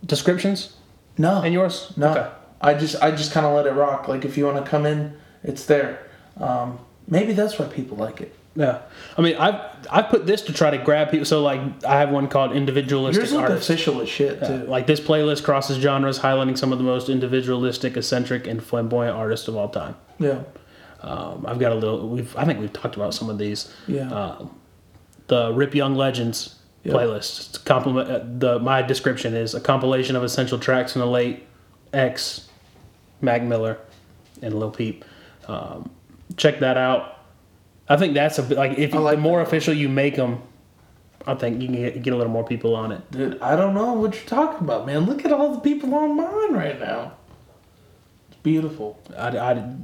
Speaker 2: descriptions?
Speaker 1: No.
Speaker 2: And yours?
Speaker 1: No.
Speaker 2: Okay.
Speaker 1: I just I just kind of let it rock. Like if you want to come in, it's there. Um, maybe that's why people like it.
Speaker 2: Yeah. I mean, I've I've put this to try to grab people. So like, I have one called individualistic
Speaker 1: Yours look
Speaker 2: artists.
Speaker 1: official as shit too.
Speaker 2: Like this playlist crosses genres, highlighting some of the most individualistic, eccentric, and flamboyant artists of all time.
Speaker 1: yeah.
Speaker 2: Um, I've got a little. We've I think we've talked about some of these.
Speaker 1: Yeah.
Speaker 2: Um, the Rip Young Legends
Speaker 1: Yeah.
Speaker 2: playlist. It's Compliment uh, the my description is a compilation of essential tracks from the late X, Mac Miller, and Lil Peep. Um, check that out. I think that's a bit- like if
Speaker 1: I like
Speaker 2: the more official you make them, I think you can get, get a little more people on it.
Speaker 1: Dude, I don't know what you're talking about, man. Look at all the people on mine right now. It's beautiful.
Speaker 2: I, I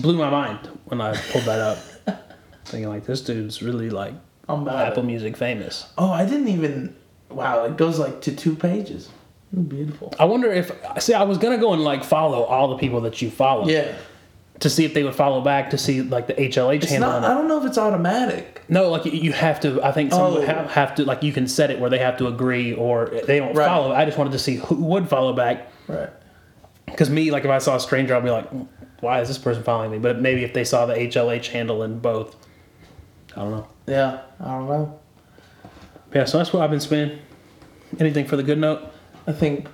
Speaker 2: blew my mind when I pulled that up, thinking like this dude's really like
Speaker 1: I'm about
Speaker 2: Apple
Speaker 1: it.
Speaker 2: Music famous.
Speaker 1: Oh, I didn't even. Wow, it goes like to two pages. Beautiful.
Speaker 2: I wonder if see I was gonna go and like follow all the people that you follow.
Speaker 1: Yeah.
Speaker 2: To see if they would follow back to see like the HLH
Speaker 1: It's
Speaker 2: handle.
Speaker 1: not. I
Speaker 2: on it.
Speaker 1: don't know if it's automatic.
Speaker 2: No, like you- you have to. I think some
Speaker 1: Oh.
Speaker 2: have, have to like you can set it where they have to agree or they don't
Speaker 1: Right.
Speaker 2: follow. I just wanted to see who would follow back.
Speaker 1: Right.
Speaker 2: Because me, like if I saw a stranger, I'd be like, why is this person following me? But maybe if they saw the HLH handle in both, I don't know.
Speaker 1: Yeah. I don't know.
Speaker 2: Yeah, so that's what I've been spinning. Anything for the good note?
Speaker 1: I think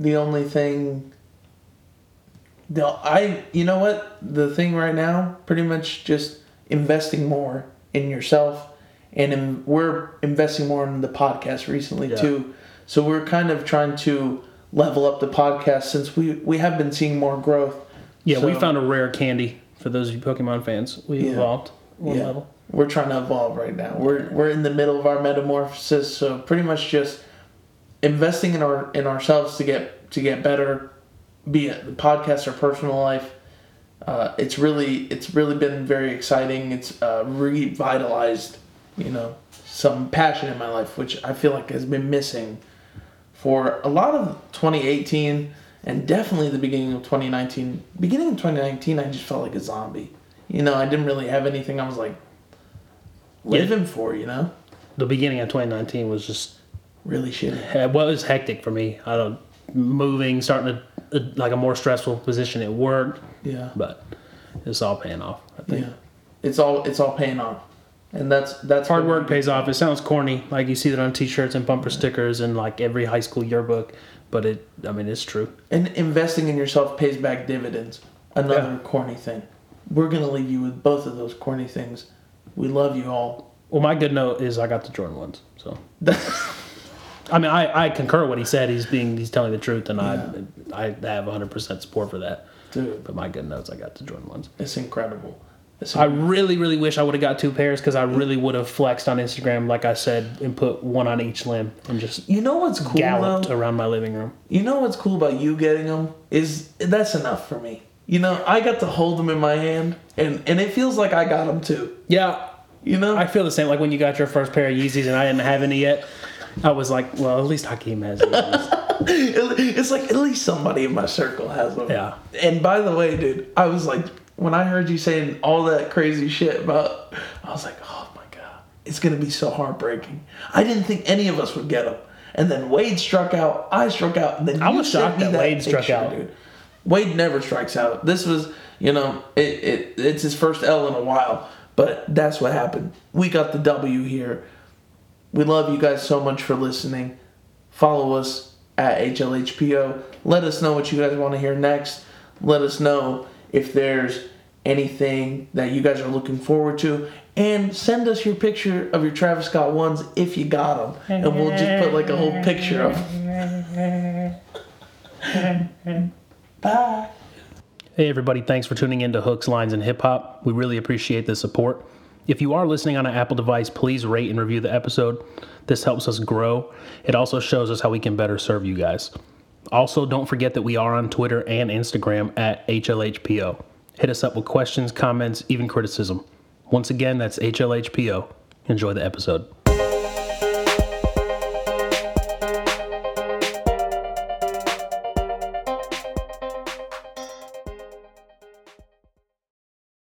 Speaker 1: the only thing the I you know what the thing right now pretty much just investing more in yourself and in, we're investing more in the podcast recently
Speaker 2: Yeah.
Speaker 1: too so we're kind of trying to level up the podcast since we we have been seeing more growth
Speaker 2: Yeah, we
Speaker 1: So,
Speaker 2: found a rare candy for those of you Pokemon fans. We
Speaker 1: Yeah.
Speaker 2: evolved one
Speaker 1: yeah,
Speaker 2: level.
Speaker 1: we're trying to evolve right now we're we're in the middle of our metamorphosis so pretty much just investing in our in ourselves to get to get better, be it the podcast or personal life. Uh, it's really it's really been very exciting. It's uh, revitalized, you know, some passion in my life, which I feel like has been missing for a lot of 2018 and definitely the beginning of 2019. Beginning of 2019, I just felt like a zombie. You know, I didn't really have anything. I was like living for, you know,
Speaker 2: The beginning of 2019 was just
Speaker 1: really shitty.
Speaker 2: Uh, well, it was hectic for me. I don't moving, starting to uh, like a more stressful position at work,
Speaker 1: Yeah.
Speaker 2: but it's all paying off. I think
Speaker 1: Yeah, it's all it's all paying off, and that's that's
Speaker 2: hard work pays off. It sounds corny, like you see that on T-shirts and bumper stickers and like every high school yearbook, but it, I mean, it's true.
Speaker 1: And investing in yourself pays back dividends. Another corny thing. We're gonna leave you with both of those corny things. We love you all.
Speaker 2: Well, my good note is I got the Jordan ones, so. I mean, I, I concur what he said. He's being he's telling the truth, and I I have 100 percent support for that.
Speaker 1: Dude,
Speaker 2: But my good notes, I got the Jordan ones.
Speaker 1: it's incredible. It's
Speaker 2: I really, really wish I would have got two pairs because I really would have flexed on Instagram, like I said, and put one on each limb and just
Speaker 1: you know what's cool
Speaker 2: galloped
Speaker 1: though?
Speaker 2: around my living room.
Speaker 1: You know what's cool about you getting them is that's enough for me. You know, I got to hold them in my hand, and and it feels like I got them too.
Speaker 2: Yeah,
Speaker 1: You know,
Speaker 2: I feel the same. Like when you got your first pair of Yeezys and I didn't have any yet, I was like, well, at least Hakeem has Yeezys.
Speaker 1: It- It's like at least somebody in my circle has them.
Speaker 2: Yeah.
Speaker 1: And by the way, dude, I was like, when I heard you saying all that crazy shit about, I was like, oh my god, it's gonna be so heartbreaking. I didn't think any of us would get them. And then Wade struck out. I struck out. And then
Speaker 2: I
Speaker 1: you
Speaker 2: was
Speaker 1: sent
Speaker 2: shocked
Speaker 1: me
Speaker 2: that Wade struck out.
Speaker 1: Wade never strikes out. This was, you know, it, it it's his first L in a while. But that's what happened. We got the W here. We love you guys so much for listening. Follow us at HLHPO. Let us know what you guys want to hear next. Let us know if there's anything that you guys are looking forward to. And send us your picture of your Travis Scott ones if you got them. And we'll just put like a whole picture of 'em. Bye.
Speaker 2: Hey, everybody, thanks for tuning in to Hooks, Lines, and Hip Hop. We really appreciate the support. If you are listening on an Apple device, please rate and review the episode. This helps us grow. It also shows us how we can better serve you guys. Also, don't forget that we are on Twitter and Instagram at HLHPO. Hit us up with questions, comments, even criticism. Once again, that's HLHPO. Enjoy the episode.